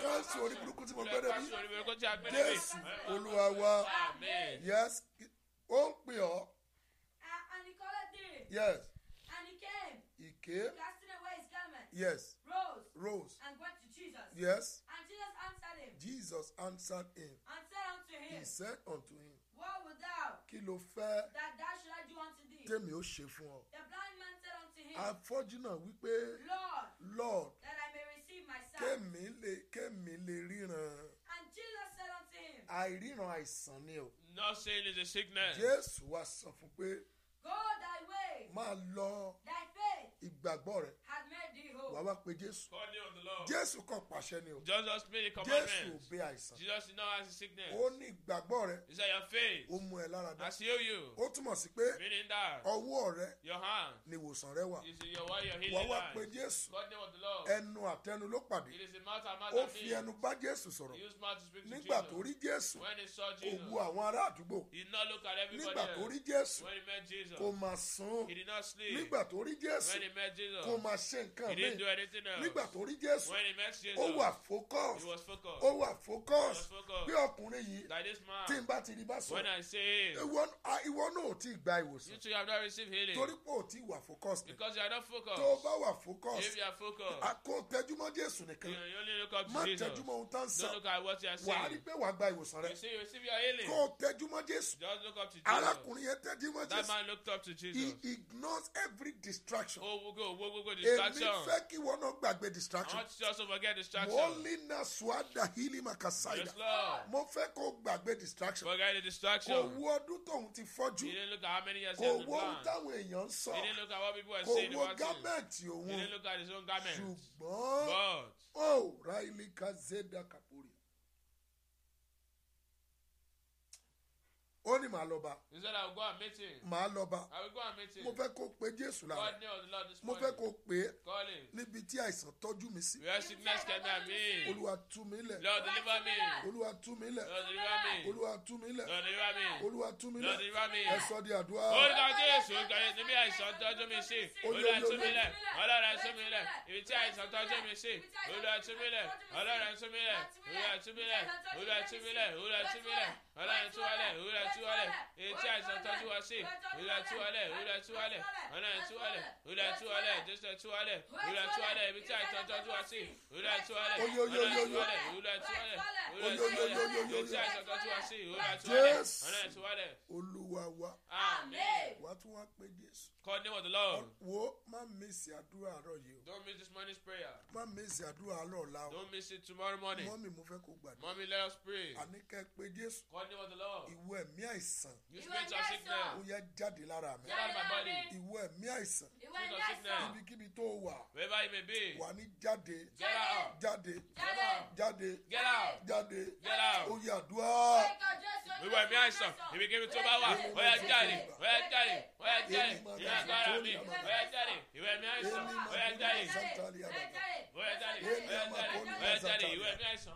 Speaker 1: káńsù orí burúkú tí mo gbé débi. jésù olúwa wa
Speaker 3: Amen.
Speaker 1: yes ó ń pè ọ́
Speaker 5: Uh, and he called thee,
Speaker 1: yes
Speaker 5: and he came,
Speaker 1: ìké
Speaker 5: casting away his garment,
Speaker 1: yes
Speaker 5: rose,
Speaker 1: rose
Speaker 5: and went to Jesus.
Speaker 1: yes
Speaker 5: And Jesus answered him,
Speaker 1: jesus answered him
Speaker 5: and said unto him,
Speaker 1: he said unto him
Speaker 5: What wilt thou
Speaker 1: kí ló fẹ́
Speaker 5: that thou should I do unto thee?
Speaker 1: tèmi ó ṣe fún ọ.
Speaker 5: The blind man said unto him,
Speaker 1: afọ́jú náà wípé
Speaker 5: Lord,
Speaker 1: lord
Speaker 5: that I may receive my sight.
Speaker 1: kémi lè kémi lè ríran
Speaker 5: And Jesus said unto him,
Speaker 1: àìríran àìsàn ni o.
Speaker 3: Not saying it's a sickness.
Speaker 1: jésù wá sọ fún pé
Speaker 5: Go thy way,
Speaker 1: máa lọ
Speaker 5: thy faith
Speaker 1: ìgbàgbọ́ rẹ
Speaker 5: hath made thee
Speaker 1: wàá
Speaker 5: whole.
Speaker 1: wá pe jésù.
Speaker 3: God name of the Lord.
Speaker 1: jésù kan pàṣẹ ni o.
Speaker 3: Jesus made
Speaker 1: jésù
Speaker 3: the
Speaker 1: ò
Speaker 3: commandment.
Speaker 1: bẹ àìsàn.
Speaker 3: Jesus did not have a sickness.
Speaker 1: ó ní ìgbàgbọ́ rẹ
Speaker 3: He said, Your faith
Speaker 1: ó mú ẹ lára dá.
Speaker 3: has healed you.
Speaker 1: ó túmọ̀ sí pé
Speaker 3: Meaning that
Speaker 1: ọwọ́ rẹ
Speaker 3: your hand
Speaker 1: ni ìwòsàn rẹ wà.
Speaker 3: is in your way, your
Speaker 1: wàá
Speaker 3: healing
Speaker 1: wá
Speaker 3: hand.
Speaker 1: pe jésù.
Speaker 3: God name of the Lord.
Speaker 1: ẹnu àtẹnu ló pàdé.
Speaker 3: It is a matter,
Speaker 1: ó
Speaker 3: matter
Speaker 1: fi
Speaker 3: thing.
Speaker 1: ẹnu bá jésù sọ̀rọ̀.
Speaker 3: He used mouth to speak to
Speaker 1: nígbà
Speaker 3: Jesus.
Speaker 1: tó rí jésù
Speaker 3: When he saw
Speaker 1: kò
Speaker 3: Jesus,
Speaker 1: wo àwọn ará àdúgbò.
Speaker 3: he did not look at everybody
Speaker 1: nígbà tó
Speaker 3: else.
Speaker 1: rí jésù
Speaker 3: When he met Jesus,
Speaker 1: kò máa sùn.
Speaker 3: he did not sleep.
Speaker 1: nígbà tó rí jésù
Speaker 3: When he met Jesus,
Speaker 1: kò máa ṣe nǹkan
Speaker 3: he didn't do
Speaker 1: mi.
Speaker 3: anything else.
Speaker 1: nígbà tó rí jésù
Speaker 3: When he met Jesus,
Speaker 1: ó wà focus
Speaker 3: he was focused.
Speaker 1: ó wà focus
Speaker 3: He was focused.
Speaker 1: bí ọkùnrin yìí
Speaker 3: Like this
Speaker 1: tí n
Speaker 3: man,
Speaker 1: bá ti rí bá sọ
Speaker 3: when I say him,
Speaker 1: ìwọ à- ìwọ náà ò tí ì gba
Speaker 3: you
Speaker 1: ìwòsàn
Speaker 3: two have not received healing
Speaker 1: torí pé ò tí ì wà focus ni
Speaker 3: because you are not
Speaker 1: tó o
Speaker 3: focused.
Speaker 1: bá wà focus
Speaker 3: If you are focused,
Speaker 1: àkó tẹjúmọ́ jésù
Speaker 3: you
Speaker 1: nìkan
Speaker 3: you only look up
Speaker 1: má
Speaker 3: to Jesus.
Speaker 1: tẹjúmọ́ ohun tá ń
Speaker 3: Don't
Speaker 1: sàn
Speaker 3: look at what you are
Speaker 1: wà á rí
Speaker 3: seeing.
Speaker 1: pé wà á gba ìwòsàn rẹ
Speaker 3: You see, you receive your healing.
Speaker 1: kó o tẹjúmọ́ jésù
Speaker 3: Just look up to Jesus.
Speaker 1: arákùnrin yẹn tẹjúmọ́
Speaker 3: That
Speaker 1: jésù
Speaker 3: man looked up to
Speaker 1: he
Speaker 3: Jesus.
Speaker 1: ignores every distraction
Speaker 3: Oh, we'll go, we'll go, go,
Speaker 1: èmi
Speaker 3: distraction.
Speaker 1: fẹ́ kí wọn náà gbàgbé
Speaker 3: I
Speaker 1: distraction
Speaker 3: want you to also forget distraction.
Speaker 1: mọ́línà suwádà hílímà kàsáìdà
Speaker 3: Yes, Lord.
Speaker 1: mo fẹ́ kó o gbàgbé distraction
Speaker 3: Forget the distraction.
Speaker 1: kò wo ọdún tóun ti fọ́jú
Speaker 3: You didn't look at how many years
Speaker 1: kò
Speaker 3: he had been
Speaker 1: wo ohun
Speaker 3: gone.
Speaker 1: táwọn èèyàn ń sọ
Speaker 3: You didn't look at what people were
Speaker 1: kò
Speaker 3: saying
Speaker 1: wo
Speaker 3: about him.
Speaker 1: gámẹ̀ǹtì
Speaker 3: You
Speaker 1: òun
Speaker 3: didn't look at his own garment.
Speaker 1: ṣùgbọ́n
Speaker 3: But
Speaker 1: ó ráìlì Oh, kazeda kapori. ó ní màá lọ bá
Speaker 3: he said, I will go and meet him.
Speaker 1: màá lọ bá
Speaker 3: I will go and meet him.
Speaker 1: mo fẹ́ kó o pe jésù
Speaker 3: God
Speaker 1: lára
Speaker 3: knew the Lord this
Speaker 1: mo fẹ́
Speaker 3: morning.
Speaker 1: kó o pè é
Speaker 3: Call him.
Speaker 1: níbi tí àìsàn tọ́jú mi sí
Speaker 3: Where sickness came at me.
Speaker 1: olúwa tú mi lẹ̀
Speaker 3: Lord, deliver me.
Speaker 1: olúwa tú mi lẹ̀
Speaker 3: Lord, deliver me.
Speaker 1: olúwa tú mi lẹ̀
Speaker 3: Lord, deliver me.
Speaker 1: olúwa tú mi
Speaker 3: Lord,
Speaker 1: lẹ̀
Speaker 3: deliver me.
Speaker 1: ẹ sọ di àdúrà.
Speaker 3: Orúkọ Jésù gbẹ̀yẹ̀ sí mi àìsàn tọ́jú mi sí. Olúwa tú mi lẹ̀. Ọlọ́run tú mi lẹ̀. Ibi tí àìsàn tọ́jú mi sí. Olúwa tú mi lẹ̀. Ọlọ́run tú mi lẹ̀. Olúwa tú mi lẹ̀. Olúwa tú mi lẹ̀. Olúwa tú mi lẹ̀. Ọlọ́run tú wa lẹ̀. Olúwa tú wa lẹ̀. Ibi tí àìsàn tọ́jú wa sí. Olúwa tú wa lẹ̀. Olúwa tú wa lẹ̀. Ọlọ́run tú wa lẹ̀. Olúwa tú wa lẹ̀. Jésù tú wa lẹ̀. Olúwa tú wa lẹ̀. Ibi tí àìsàn tọ́jú wa sí. Olúwa tú wa lẹ̀. Olúwa tú wa lẹ̀. Olúwa tú wa lẹ̀. Olúwa tú wa lẹ̀. Ibi tí àìsàn tọ́jú wa sí. Olúwa tú wa lẹ̀. Ọlọ́run tú wa lẹ̀.
Speaker 1: olúwa wa
Speaker 3: Amen.
Speaker 1: wá wàá tún wá pé jésù.
Speaker 3: Call the name of the Lord.
Speaker 1: wo má mèsì àdúrà àárọ̀ yìí o
Speaker 3: Don't miss this morning's prayer.
Speaker 1: má mèsì àdúrà àárọ̀ ọ̀la o
Speaker 3: Don't miss it tomorrow morning.
Speaker 1: mọ́mì mo fẹ́ kó gbàdúrà
Speaker 3: Mommy, let us pray.
Speaker 1: àníkẹ́ pé jésù
Speaker 3: Call the name of the Lord.
Speaker 1: ìwọ ẹ̀mí àìsàn
Speaker 3: You
Speaker 5: You
Speaker 3: spirit
Speaker 5: are
Speaker 3: of
Speaker 5: nice,
Speaker 1: ó
Speaker 3: sickness.
Speaker 1: yẹ jáde lára mi
Speaker 3: Get out of my body.
Speaker 1: ìwọ ẹ̀mí àìsàn
Speaker 5: Ìwọ ẹni àìsàn.
Speaker 1: ibikíbi tó wà
Speaker 3: Wherever you may be.
Speaker 1: wà ní jáde
Speaker 3: Get out.
Speaker 1: jáde
Speaker 5: Jáde.
Speaker 1: jáde
Speaker 3: Get out.
Speaker 1: jáde
Speaker 3: Get out.
Speaker 1: ó yẹ
Speaker 5: Orúkọ
Speaker 1: àdúrà
Speaker 5: Jésù,
Speaker 3: wíwọ ẹ̀mí àìsàn ìbí kébi tó bá wà
Speaker 1: Jésù.
Speaker 3: ọ̀yà jáde ọ̀yà jáde ọ̀yà jáde ìwé agbára mi
Speaker 1: Jésù.
Speaker 3: ọ̀yà jáde ìwé ẹ̀mí àìsàn
Speaker 1: Jésù.
Speaker 3: ọ̀yà jáde
Speaker 1: Jésù.
Speaker 3: ọ̀yà jáde
Speaker 1: Jésù.
Speaker 3: ọ̀yà jáde ọ̀yà jáde ìwé ẹ̀mí àìsàn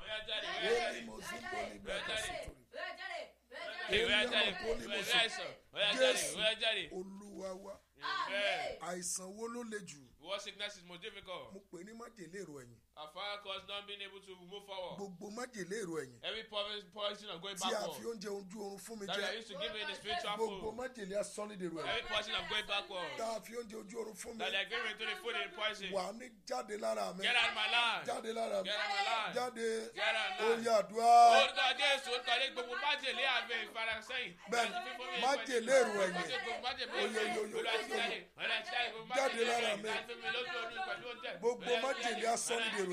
Speaker 3: ọ̀yà jáde ọ̀yà jáde
Speaker 1: Jésù.
Speaker 3: ìwé jáde ìwé ẹ̀mí àìsàn ọ̀yà jáde ọ̀yà jáde
Speaker 1: olúwa wa
Speaker 3: amen.
Speaker 1: àìsàn wo ló le jù
Speaker 3: What sickness is more difficult?
Speaker 1: mo pè é ní májèlé èrò ẹ̀yìn
Speaker 3: A fire cause not being able to move forward.
Speaker 1: gboggo májèlé èrò ẹ̀yìn
Speaker 3: Every province poison of going
Speaker 1: tí a fi
Speaker 3: backward.
Speaker 1: oúnjẹ ojú oorun fún mi
Speaker 3: That I
Speaker 1: jẹ
Speaker 3: used to give me the spiritual
Speaker 1: gbogbo
Speaker 3: food.
Speaker 1: májèlé asọ́nìdè èrò ẹ̀yìn
Speaker 3: Every poison of going backward.
Speaker 1: tá a fi oúnjẹ ojú oorun fún mi
Speaker 3: That I gave me to the food and poison.
Speaker 1: wà ní jáde lára mi
Speaker 3: Get out of my life.
Speaker 1: jáde lára mi
Speaker 3: Get out of my life.
Speaker 1: jáde
Speaker 3: Get out
Speaker 1: ó
Speaker 3: of my life.
Speaker 1: yẹ àdúrà
Speaker 3: orúkọ jésù orúkọ ní gbogbo májèlé àbẹ ìfarasẹyìn
Speaker 1: Bẹ́ẹ̀ ni, májèlé èrò ẹ̀yìn. Oyoyoyo. Jáde lára mi. Gbogbo májèlé asọ́nidè èrò ẹ̀yìn.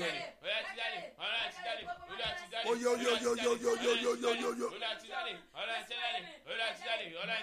Speaker 1: Oyoyoyoyoyoyoyoyoyoyo.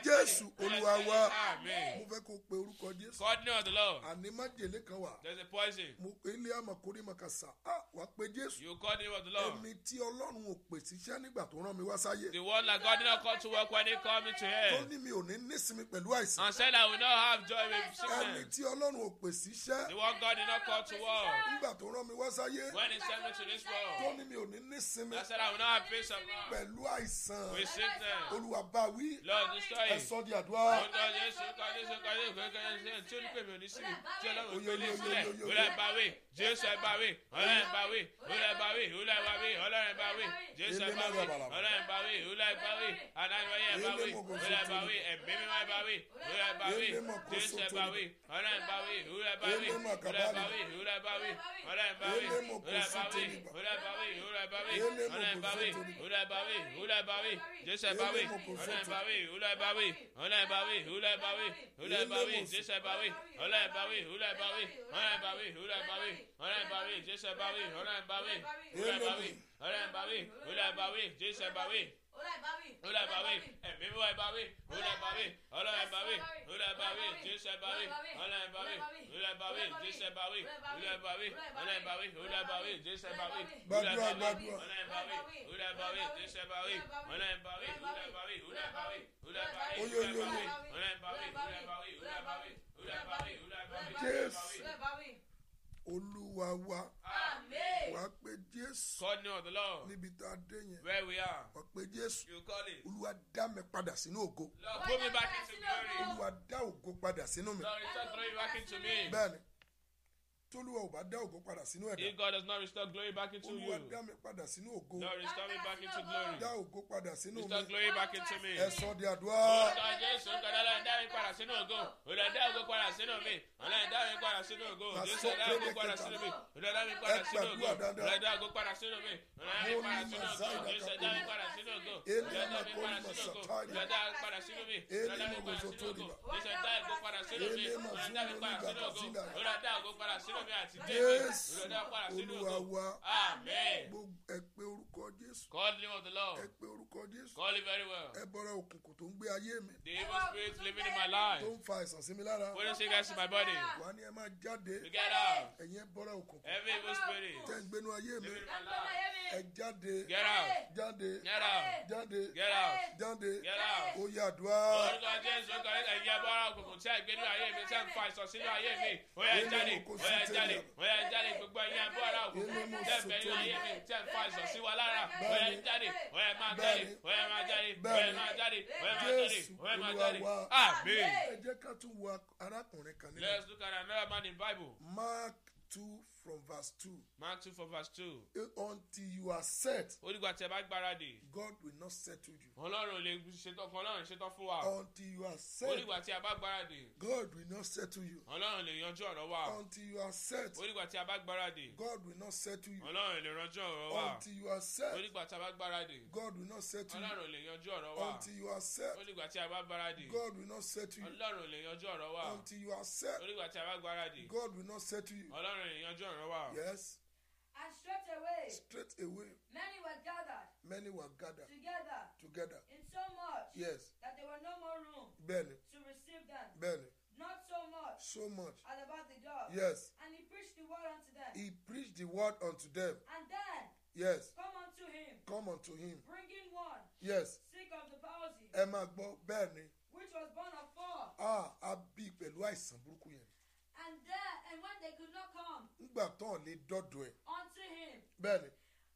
Speaker 1: Jésù Olúwa wa. mo fẹ́ kó pe orúkọ jésù
Speaker 3: God knows the Lord.
Speaker 1: àní májèlé kan wà
Speaker 3: There's a poison.
Speaker 1: mo pe ilé àmọ̀kórí màkàsà á wà pé jésù
Speaker 3: You call the name of the Lord.
Speaker 1: èmi tí ọlọ́run ò pè síṣẹ́ nígbà tó rán mi wá sáyé
Speaker 3: The one that God did not call to work when he called me to
Speaker 1: tó
Speaker 3: hell.
Speaker 1: ní mi ò ní nísinmi pẹ̀lú àìsàn
Speaker 3: And said I will not have joy with
Speaker 1: ẹni
Speaker 3: sickness.
Speaker 1: tí ọlọ́run ò pè síṣẹ́
Speaker 3: The one God did not call to work.
Speaker 1: nígbà tó rán mi wá sáyé
Speaker 3: When he sent me to this
Speaker 1: tó
Speaker 3: world,
Speaker 1: ní mi ò ní nísinmi
Speaker 3: I said, I will not have peace of mind.
Speaker 1: pẹ̀lú àìsàn
Speaker 3: We seek them.
Speaker 1: olúwa bá wí
Speaker 3: Lord, destroy
Speaker 1: ẹ
Speaker 3: it.
Speaker 1: sọ di àdúrà
Speaker 3: Ọjọ́ Jésù kan Jésù kan Jésù kan kan Jésù tí ó ní pè mí ò ní sí mi tí ọlọ́run gbé lé sílẹ̀. Olú ẹ̀ bá wí, Jésù ẹ̀ bá wí, ọlọ́run ẹ̀ bá wí, olú ẹ̀ bá wí, olú ẹ̀ bá wí, ọlọ́run ẹ̀ bá wí, Jésù ẹ̀ bá wí, ọlọ́run ẹ̀ bá wí, olú ẹ̀ bá wí, Adájọ́ ẹ̀ bá wí, olú ẹ̀ bá wí, ẹ̀mí mi wá ẹ̀ bá wí, olú ẹ̀ bá wí, Jésù ẹ̀ bá wí, ọlọ́run ẹ̀ bá wí, olú ẹ̀ bá wí, olú ẹ̀ bá wí, olú ẹ̀ bá wí, ọlọ́run ẹ̀ bá wí, olú ẹ̀ bá wí, olú ẹ̀ bá wí, olú ẹ̀ bá wí, ọlọ́run ẹ̀ bá wí, olú ẹ̀ bá wí, olú ẹ̀ bá wí, Jésù ẹ̀ bá wí, ọlọ́run ẹ̀ bá wí, olú ẹ̀ bá wí, ọlọ́run ẹ̀ bá wí, olú ẹ̀ bá wí, olú ẹ̀ bá wí, Jésù ẹ̀ bá wí, ọlọ́run ẹ̀ bá wí, olú ẹ̀ bá wí, ọlọ́run ẹ̀ bá wí, olú ẹ̀ bá wí, ọlọ́run ẹ̀ bá wí, Jésù ẹ̀ bá wí, ọlọ́run ẹ̀ bá wí, olú ẹ̀ bá wí, ọlọ́run ẹ̀ bá wí, olú ẹ̀ bá wí, Jésù ẹ̀ bá wí, olú ẹ̀ bá wí, ẹ̀mí wọ ẹ̀ bá wí, olú ẹ̀ bá wí, ọlọ́run ẹ̀ bá wí, olú ẹ̀ bá wí, Jésù ẹ̀ bá wí, ọlọ́run ẹ̀ bá wí, olú ẹ̀ bá wí, Jésù ẹ̀ bá wí, olú ẹ̀ bá wí, ọlọ́run ẹ̀ bá wí, olú ẹ̀ bá wí, Jésù ẹ̀ bá wí,
Speaker 1: Gbàdúrà, gbàdúrà. Jésù. olúwa wa wà pé jésù
Speaker 3: God know the Lord
Speaker 1: níbi tá a dé yẹn
Speaker 3: where we are.
Speaker 1: wà pé jésù
Speaker 3: You call it.
Speaker 1: olúwa dá mi padà sínú ògo
Speaker 3: Lord, put me back into glory.
Speaker 1: olúwa dá ògo padà sínú mi
Speaker 3: Lord, restore glory back into me.
Speaker 1: bẹ́ẹ̀ni tólúwa ò bá dá ògo padà sínú ẹ̀dá
Speaker 3: If God does not restore glory back into you,
Speaker 1: olúwa dá
Speaker 3: Lord,
Speaker 1: mi padà sínú ògo
Speaker 3: restore me back into glory.
Speaker 1: dá ògo padà sínú
Speaker 3: Restore
Speaker 1: mi
Speaker 3: glory back into me. Oh,
Speaker 1: ẹ sọ di àdúrà
Speaker 3: orúkọ jésù kọlọlọ ẹdá mi padà sínú ògo olùdá ẹdá ògo padà sínú mi ọlọ ẹdá mi padà sínú ògo jésù ẹdá ògo padà sínú mi olùdá ẹdá mi padà sínú ògo olùdá ẹdá ògo padà sínú mi ọlọ ẹdá mi padà sínú ògo jésù ẹdá mi padà sínú ògo olùdá ẹdá mi padà sínú ògo olùdá ẹdá mi padà sínú mi olùdá ẹdá mi padà sínú ògo jésù ẹdá ògo padà sínú mi olùdá ẹdá mi padà sínú ògo olùdá ẹdá ògo padà sínú mi àti dé mi
Speaker 1: jésù
Speaker 3: olùdá ẹdá padà sínú
Speaker 1: olúwa
Speaker 3: ògo
Speaker 1: wa
Speaker 3: amen.
Speaker 1: gbogbo ẹ pé orúkọ jésù
Speaker 3: call the name of the lord
Speaker 1: ẹ pé orúkọ jésù
Speaker 3: call it very well
Speaker 1: ẹ bọ́ra òkùnkùn tó ń gbé ayé mi
Speaker 3: the evil spirit living in my life.
Speaker 1: tó ń fa àìsàn sí mi lára
Speaker 3: What is it guys in my body?
Speaker 1: wà á ní ẹ máa jáde
Speaker 3: You get out.
Speaker 1: ẹ̀yin ẹ bọ́ra òkùnkùn
Speaker 3: Every evil spirit.
Speaker 1: tẹ́ ń gbénú ayé mi
Speaker 3: Living in my life.
Speaker 1: ẹ jáde
Speaker 3: Get out.
Speaker 1: jáde
Speaker 3: Get out.
Speaker 1: jáde
Speaker 3: Get out.
Speaker 1: jáde
Speaker 3: Get out.
Speaker 1: ó yá àdúrà.
Speaker 3: Orúkọ Jésù kan ní ẹ̀yìn abọ́ra òkùnkùn tí àìgbé ní ayé mi tí à ń fa ìsọ̀ sínú ayé mi. Ó yá jáde, ó yá jáde, ó yá jáde gbogbo ẹ̀yìn abọ́ra òkùnkùn tí àìgbé ní ayé mi tí à ń fa ìsọ̀ sí wa lára. Ó yá jáde, ó yá máa jáde, ó yá máa jáde, ó yá máa jáde, ó yá máa jáde, ó yá máa jáde. Amen.
Speaker 1: ẹ jẹ́ ká tún wo arákùnrin kan nínú
Speaker 3: Let's look at another man in Bible.
Speaker 1: mark two from verse 2.
Speaker 3: Mark 2 from verse 2.
Speaker 1: It- Until you are set,
Speaker 3: Ó dìgbà tí ẹ bá gbáradì.
Speaker 1: God will not settle you.
Speaker 3: Ọlọ́run ò lè ṣetán kan náà ṣetán fún wa.
Speaker 1: Until you are
Speaker 3: Ó
Speaker 1: set,
Speaker 3: dìgbà tí a bá gbáradì.
Speaker 1: God will not settle you.
Speaker 3: Ọlọ́run lè yanjú ọ̀rọ̀ wa.
Speaker 1: Until you are set,
Speaker 3: Ó dìgbà tí a bá gbáradì.
Speaker 1: God will not settle you.
Speaker 3: Ọlọ́run lè yanjú ọ̀rọ̀ wa.
Speaker 1: Until you are set,
Speaker 3: Ó dìgbà tí a bá gbáradì.
Speaker 1: God will not settle you.
Speaker 3: Ọlọ́run lè yanjú ọ̀rọ̀ wa.
Speaker 1: Until you are set,
Speaker 3: Ó dìgbà tí a bá gbáradì.
Speaker 1: God will not settle you.
Speaker 3: Ọlọ́run lè yanjú ọ̀rọ̀ wa.
Speaker 1: Until you are set,
Speaker 3: Ó dìgbà tí a bá gbáradì.
Speaker 1: God will not settle you.
Speaker 3: Ọlọ́run lè yanjú ọ̀rọ̀ wa.
Speaker 1: Yes,
Speaker 4: And straightway
Speaker 1: straight away,
Speaker 4: many were gathered
Speaker 1: many were gathered
Speaker 4: together
Speaker 1: together.
Speaker 4: in so much
Speaker 1: Yes,
Speaker 4: that there were no more room
Speaker 1: Benny,
Speaker 4: to receive them.
Speaker 1: Benny,
Speaker 4: Not so much
Speaker 1: so much.
Speaker 4: as about the door.
Speaker 1: Yes,
Speaker 4: And he preached the word unto them.
Speaker 1: he preached the word unto them.
Speaker 4: And then
Speaker 1: Yes,
Speaker 4: come unto him,
Speaker 1: come unto him.
Speaker 4: bringing one
Speaker 1: Yes,
Speaker 4: sick of the palsy,
Speaker 1: ẹ máa gbọ́ bẹ́ẹ̀ ni
Speaker 4: which was born of four.
Speaker 1: Ah, a bí i pẹ̀lú àìsàn burúkú yẹn.
Speaker 4: And there, and when they could not come
Speaker 1: Nígbà tán lè dọ́dọ̀ ẹ̀.
Speaker 4: unto him,
Speaker 1: Bẹ́ẹ̀ ni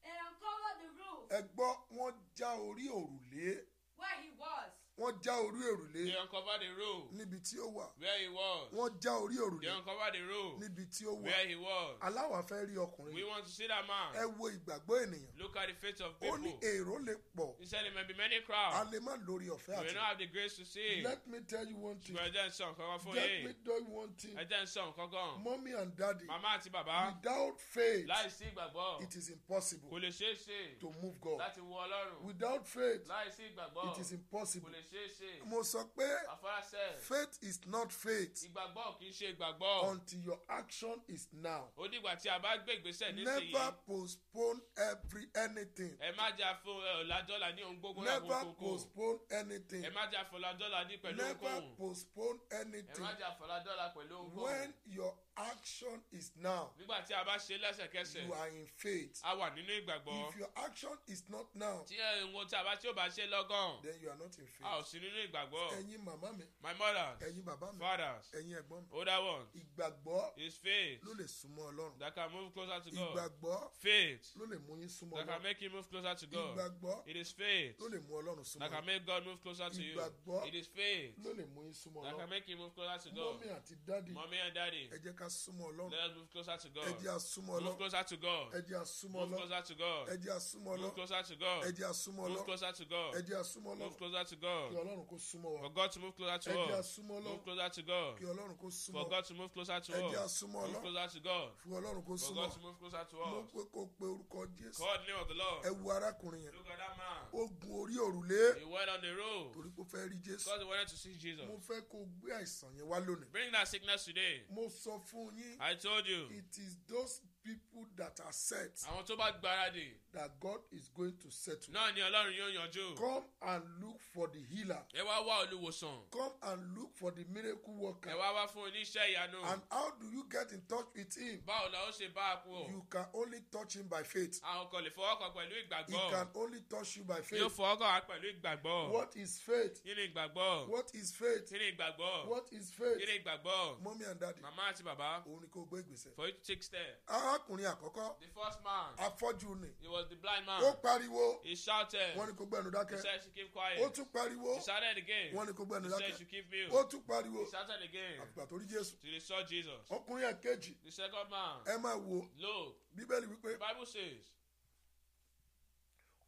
Speaker 4: they uncovered the roof
Speaker 1: ẹ gbọ́ wọ́n já orí òrùlé
Speaker 4: where he was.
Speaker 1: wọ́n já orí òrùlé
Speaker 3: They uncover the road
Speaker 1: níbi tí ó wà.
Speaker 3: where he was.
Speaker 1: Wọ́n já orí
Speaker 3: They
Speaker 1: òrùlé
Speaker 3: uncover the road
Speaker 1: níbi tí ó wà.
Speaker 3: where he was.
Speaker 1: Aláwa fẹ́ rí ọkùnrin.
Speaker 3: We want to see that
Speaker 1: Ẹ
Speaker 3: man.
Speaker 1: wo ìgbàgbọ́ ènìyàn.
Speaker 3: Look at the faith of
Speaker 1: Ó ní
Speaker 3: people.
Speaker 1: èrò lè pọ̀.
Speaker 3: He said there may be many
Speaker 1: A
Speaker 3: crowds.
Speaker 1: lè má lórí ọ̀fẹ́
Speaker 3: We may
Speaker 1: àti.
Speaker 3: not have the grace to see.
Speaker 1: Let me tell you one thing.
Speaker 3: Ṣùgbọ́n ẹjẹ́ ń sọ nǹkan kan fún
Speaker 1: Let me
Speaker 3: yín.
Speaker 1: tell you one thing.
Speaker 3: Ẹjẹ́ ń sọ nǹkan kan.
Speaker 1: Mommy and daddy,
Speaker 3: Màmá àti bàbá
Speaker 1: without faith,
Speaker 3: láì sí ìgbàgbọ́
Speaker 1: it is
Speaker 3: kò
Speaker 1: impossible
Speaker 3: lè ṣeé ṣe
Speaker 1: to move God.
Speaker 3: láti wo Ọlọ́run.
Speaker 1: Without faith,
Speaker 3: Láì sí
Speaker 1: it is
Speaker 3: ìgbàgbọ́ kò
Speaker 1: impossible.
Speaker 3: lè ṣeé ṣe.
Speaker 1: Mo sọ pé
Speaker 3: Afárasẹ́
Speaker 1: faith is not faith
Speaker 3: ìgbàgbọ́ kì í ṣe ìgbàgbọ́.
Speaker 1: until your action is now.
Speaker 3: Ó dìgbà tí a bá gbé ìgbésẹ̀ nísìnyí.
Speaker 1: Never postpone every anything.
Speaker 3: Ẹ má jà fún ọ̀làdọ́là ní ohun gbogbo láwọn
Speaker 1: Never
Speaker 3: kókó.
Speaker 1: postpone anything.
Speaker 3: Ẹ má jà fún ọ̀làdọ́là ní pẹ̀lú
Speaker 1: Never
Speaker 3: ohunkóhun.
Speaker 1: postpone
Speaker 3: Ẹ
Speaker 1: anything.
Speaker 3: má jà fún ọ̀làdọ́là pẹ̀lú ohunkóhun.
Speaker 1: When your action is now,
Speaker 3: Nígbà tí a bá ṣe lẹ́sẹ̀kẹsẹ̀,
Speaker 1: you are in faith.
Speaker 3: a wà nínú ìgbàgbọ́.
Speaker 1: If your action is not now,
Speaker 3: Tí ohun tí a bá tí ò bá ṣe lọ́gàn,
Speaker 1: then you are not in
Speaker 3: a ò
Speaker 1: faith.
Speaker 3: sí nínú ìgbàgbọ́.
Speaker 1: Ẹ̀yin màmá mi,
Speaker 3: My mothers,
Speaker 1: ẹ̀yin bàbá mi,
Speaker 3: fathers,
Speaker 1: ẹ̀yin ẹ̀gbọ́n mi,
Speaker 3: older ones,
Speaker 1: ìgbàgbọ́
Speaker 3: is faith
Speaker 1: ló lè súnmọ́ Ọlọ́run.
Speaker 3: that can move closer to God.
Speaker 1: Ìgbàgbọ́
Speaker 3: Faith
Speaker 1: ló lè mú yín súnmọ́
Speaker 3: that can
Speaker 1: Ọlọ́run.
Speaker 3: make you move closer to God.
Speaker 1: Ìgbàgbọ́
Speaker 3: It is faith
Speaker 1: ló lè mú Ọlọ́run súnmọ́
Speaker 3: that
Speaker 1: Ọlọ́run.
Speaker 3: can make God move closer to you.
Speaker 1: Ìgbàgbọ́
Speaker 3: It is faith
Speaker 1: ló lè mú yín súnmọ́
Speaker 3: that can
Speaker 1: ọlọ́run
Speaker 3: make you move closer to God.
Speaker 1: mọ́mí àti dádì
Speaker 3: Mommy and daddy,
Speaker 1: ẹ jẹ́ ká súnmọ́
Speaker 3: let
Speaker 1: ọlọ́run
Speaker 3: us move closer to
Speaker 1: ẹ jẹ́
Speaker 3: God.
Speaker 1: á súnmọ́
Speaker 3: Move
Speaker 1: ọlọ́run
Speaker 3: closer to God.
Speaker 1: ẹ jẹ́ á súnmọ́
Speaker 3: Move
Speaker 1: ọlọ́run
Speaker 3: closer to God.
Speaker 1: ẹ jẹ́ á súnmọ́
Speaker 3: Move
Speaker 1: ọlọ́run
Speaker 3: closer to God.
Speaker 1: ẹ jẹ́ á súnmọ́
Speaker 3: Move
Speaker 1: ọlọ́run
Speaker 3: closer to
Speaker 1: ẹ
Speaker 3: God.
Speaker 1: jẹ́ á súnmọ́
Speaker 3: Move
Speaker 1: ọlọ́run
Speaker 3: closer to
Speaker 1: kí
Speaker 3: God.
Speaker 1: ọlọ́run kó súnmọ́
Speaker 3: For
Speaker 1: wa
Speaker 3: God to move closer
Speaker 1: ẹ
Speaker 3: to
Speaker 1: jẹ́ á
Speaker 3: us.
Speaker 1: súnmọ́
Speaker 3: Move
Speaker 1: ọlọ́run
Speaker 3: closer to God.
Speaker 1: kí ọlọ́run kó
Speaker 3: For
Speaker 1: súnmọ́ wa
Speaker 3: God to move closer to
Speaker 1: ẹ jẹ́ á
Speaker 3: us.
Speaker 1: súnmọ́ ọlọ́run
Speaker 3: Move closer to God.
Speaker 1: kí ọlọ́run kó
Speaker 3: For
Speaker 1: súnmọ́
Speaker 3: God to move closer to
Speaker 1: mo
Speaker 3: us.
Speaker 1: pé kó pe orúkọ jésù
Speaker 3: Call the name of the
Speaker 1: ẹ
Speaker 3: Lord.
Speaker 1: wo arákùnrin yẹn
Speaker 3: Look at that man.
Speaker 1: ó gun orí òrùlé
Speaker 3: He went on the road
Speaker 1: torí pé ó fẹ́ rí jésù
Speaker 3: because he wanted to see Jesus.
Speaker 1: mo fẹ́ kó gbé àìsàn yẹn wá lónìí
Speaker 3: Bring that sickness today.
Speaker 1: mo sọ fún yín
Speaker 3: I told you.
Speaker 1: it is those people that are set
Speaker 3: Àwọn tó bá gbáradì
Speaker 1: that God is going to settle.
Speaker 3: náà ni Ọlọ́run yóò yanjú.
Speaker 1: Come and look for the healer.
Speaker 3: Ẹ wá wá olùwòsàn.
Speaker 1: Come and look for the miracle worker.
Speaker 3: Ẹ wá wá fún oníṣẹ́ ìyanu.
Speaker 1: And how do you get in touch with him?
Speaker 3: Báwo la ó ṣe bá a pọ̀?
Speaker 1: You can only touch him by faith.
Speaker 3: Àwọn kan lè fọwọ́ kan pẹ̀lú
Speaker 1: He can
Speaker 3: ìgbàgbọ́.
Speaker 1: only touch you by
Speaker 3: Yóò
Speaker 1: faith.
Speaker 3: fọwọ́ kan wá pẹ̀lú ìgbàgbọ́.
Speaker 1: What is faith?
Speaker 3: Kí ni ìgbàgbọ́?
Speaker 1: What is faith?
Speaker 3: Kí ni ìgbàgbọ́?
Speaker 1: What is
Speaker 3: Kí
Speaker 1: faith?
Speaker 3: ni ìgbàgbọ́?
Speaker 1: Mọ́mí and daddy,
Speaker 3: Màmá àti bàbá
Speaker 1: òun ni kò gbé ìgbésẹ̀.
Speaker 3: for you to take step.
Speaker 1: Arákùnrin àkọ́kọ́,
Speaker 3: The first
Speaker 1: Ah.
Speaker 3: man,
Speaker 1: afọ́jú ni.
Speaker 3: he was the blind man.
Speaker 1: Ó pariwo,
Speaker 3: He shouted.
Speaker 1: wọ́n ní kò gbẹ́nu
Speaker 3: He
Speaker 1: dákẹ́.
Speaker 3: said she keep
Speaker 1: Ó
Speaker 3: quiet.
Speaker 1: tún pariwo,
Speaker 3: He shouted again.
Speaker 1: wọ́n ní kò
Speaker 3: He
Speaker 1: gbẹ́nu
Speaker 3: said she
Speaker 1: dákẹ́.
Speaker 3: keep mute.
Speaker 1: Ó tún pariwo,
Speaker 3: He shouted again.
Speaker 1: àgbà torí Jésù.
Speaker 3: Till he saw Jesus.
Speaker 1: Ọkùnrin ẹ̀kejì,
Speaker 3: The second man,
Speaker 1: ẹ máa wò ó.
Speaker 3: look,
Speaker 1: bíbélì
Speaker 3: the
Speaker 1: wípé
Speaker 3: Bible says,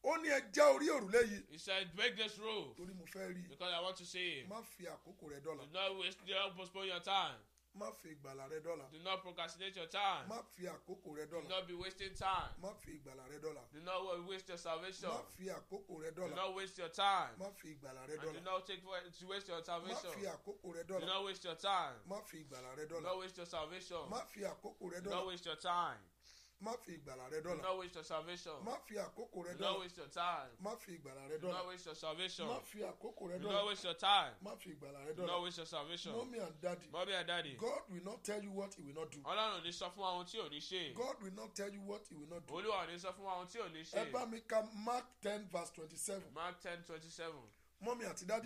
Speaker 1: ó ní ẹ já orí òrùlé yìí
Speaker 3: he said, break this rule
Speaker 1: torí mo fẹ́ rí i
Speaker 3: because I want to see him.
Speaker 1: má fi àkókò rẹ dọ́là
Speaker 3: Do not waste, do not postpone your time.
Speaker 1: má fi ìgbàlà rẹ dọ́là
Speaker 3: Do not procrastinate your time.
Speaker 1: má fi àkókò rẹ
Speaker 3: Do
Speaker 1: dọ́là
Speaker 3: not be wasting time.
Speaker 1: má fi ìgbàlà rẹ dọ́là
Speaker 3: Do not wa- waste your salvation.
Speaker 1: má fi àkókò rẹ
Speaker 3: Do
Speaker 1: dọ́là
Speaker 3: not waste your time.
Speaker 1: má fi ìgbàlà rẹ
Speaker 3: And do
Speaker 1: dọ́là
Speaker 3: not take wa- to waste your
Speaker 1: má
Speaker 3: salvation.
Speaker 1: fi àkókò rẹ
Speaker 3: Do
Speaker 1: dọ́là
Speaker 3: not waste your time.
Speaker 1: má fi ìgbàlà rẹ
Speaker 3: Do
Speaker 1: dọ́là
Speaker 3: not waste your salvation.
Speaker 1: má fi àkókò rẹ
Speaker 3: Do not
Speaker 1: dọ́là
Speaker 3: waste your time.
Speaker 1: má fi ìgbàlà rẹ
Speaker 3: Do
Speaker 1: dọ́là
Speaker 3: not waste your salvation.
Speaker 1: má fi àkókò rẹ
Speaker 3: Do not
Speaker 1: dọ́là
Speaker 3: waste your time.
Speaker 1: má fi ìgbàlà rẹ
Speaker 3: Do not
Speaker 1: dọ́là
Speaker 3: waste your salvation.
Speaker 1: má fi àkókò rẹ
Speaker 3: Do not
Speaker 1: dọ́là
Speaker 3: waste your time.
Speaker 1: má fi ìgbàlà rẹ
Speaker 3: Do not
Speaker 1: dọ́là
Speaker 3: waste your salvation.
Speaker 1: mommy and daddy
Speaker 3: Mommy and daddy.
Speaker 1: God will not tell you what he will not do
Speaker 3: Ọlọ́run ò ní sọ fún wa ohun tí ò ní ṣe.
Speaker 1: God will not tell you what he will not do.
Speaker 3: Olúwa ò ní sọ fún wa ohun tí ò ní
Speaker 1: ẹ bá
Speaker 3: ṣe.
Speaker 1: mi ka mark ten verse twenty-seven
Speaker 3: Mark ten twenty seven.
Speaker 1: mọ́mí àti dáàdì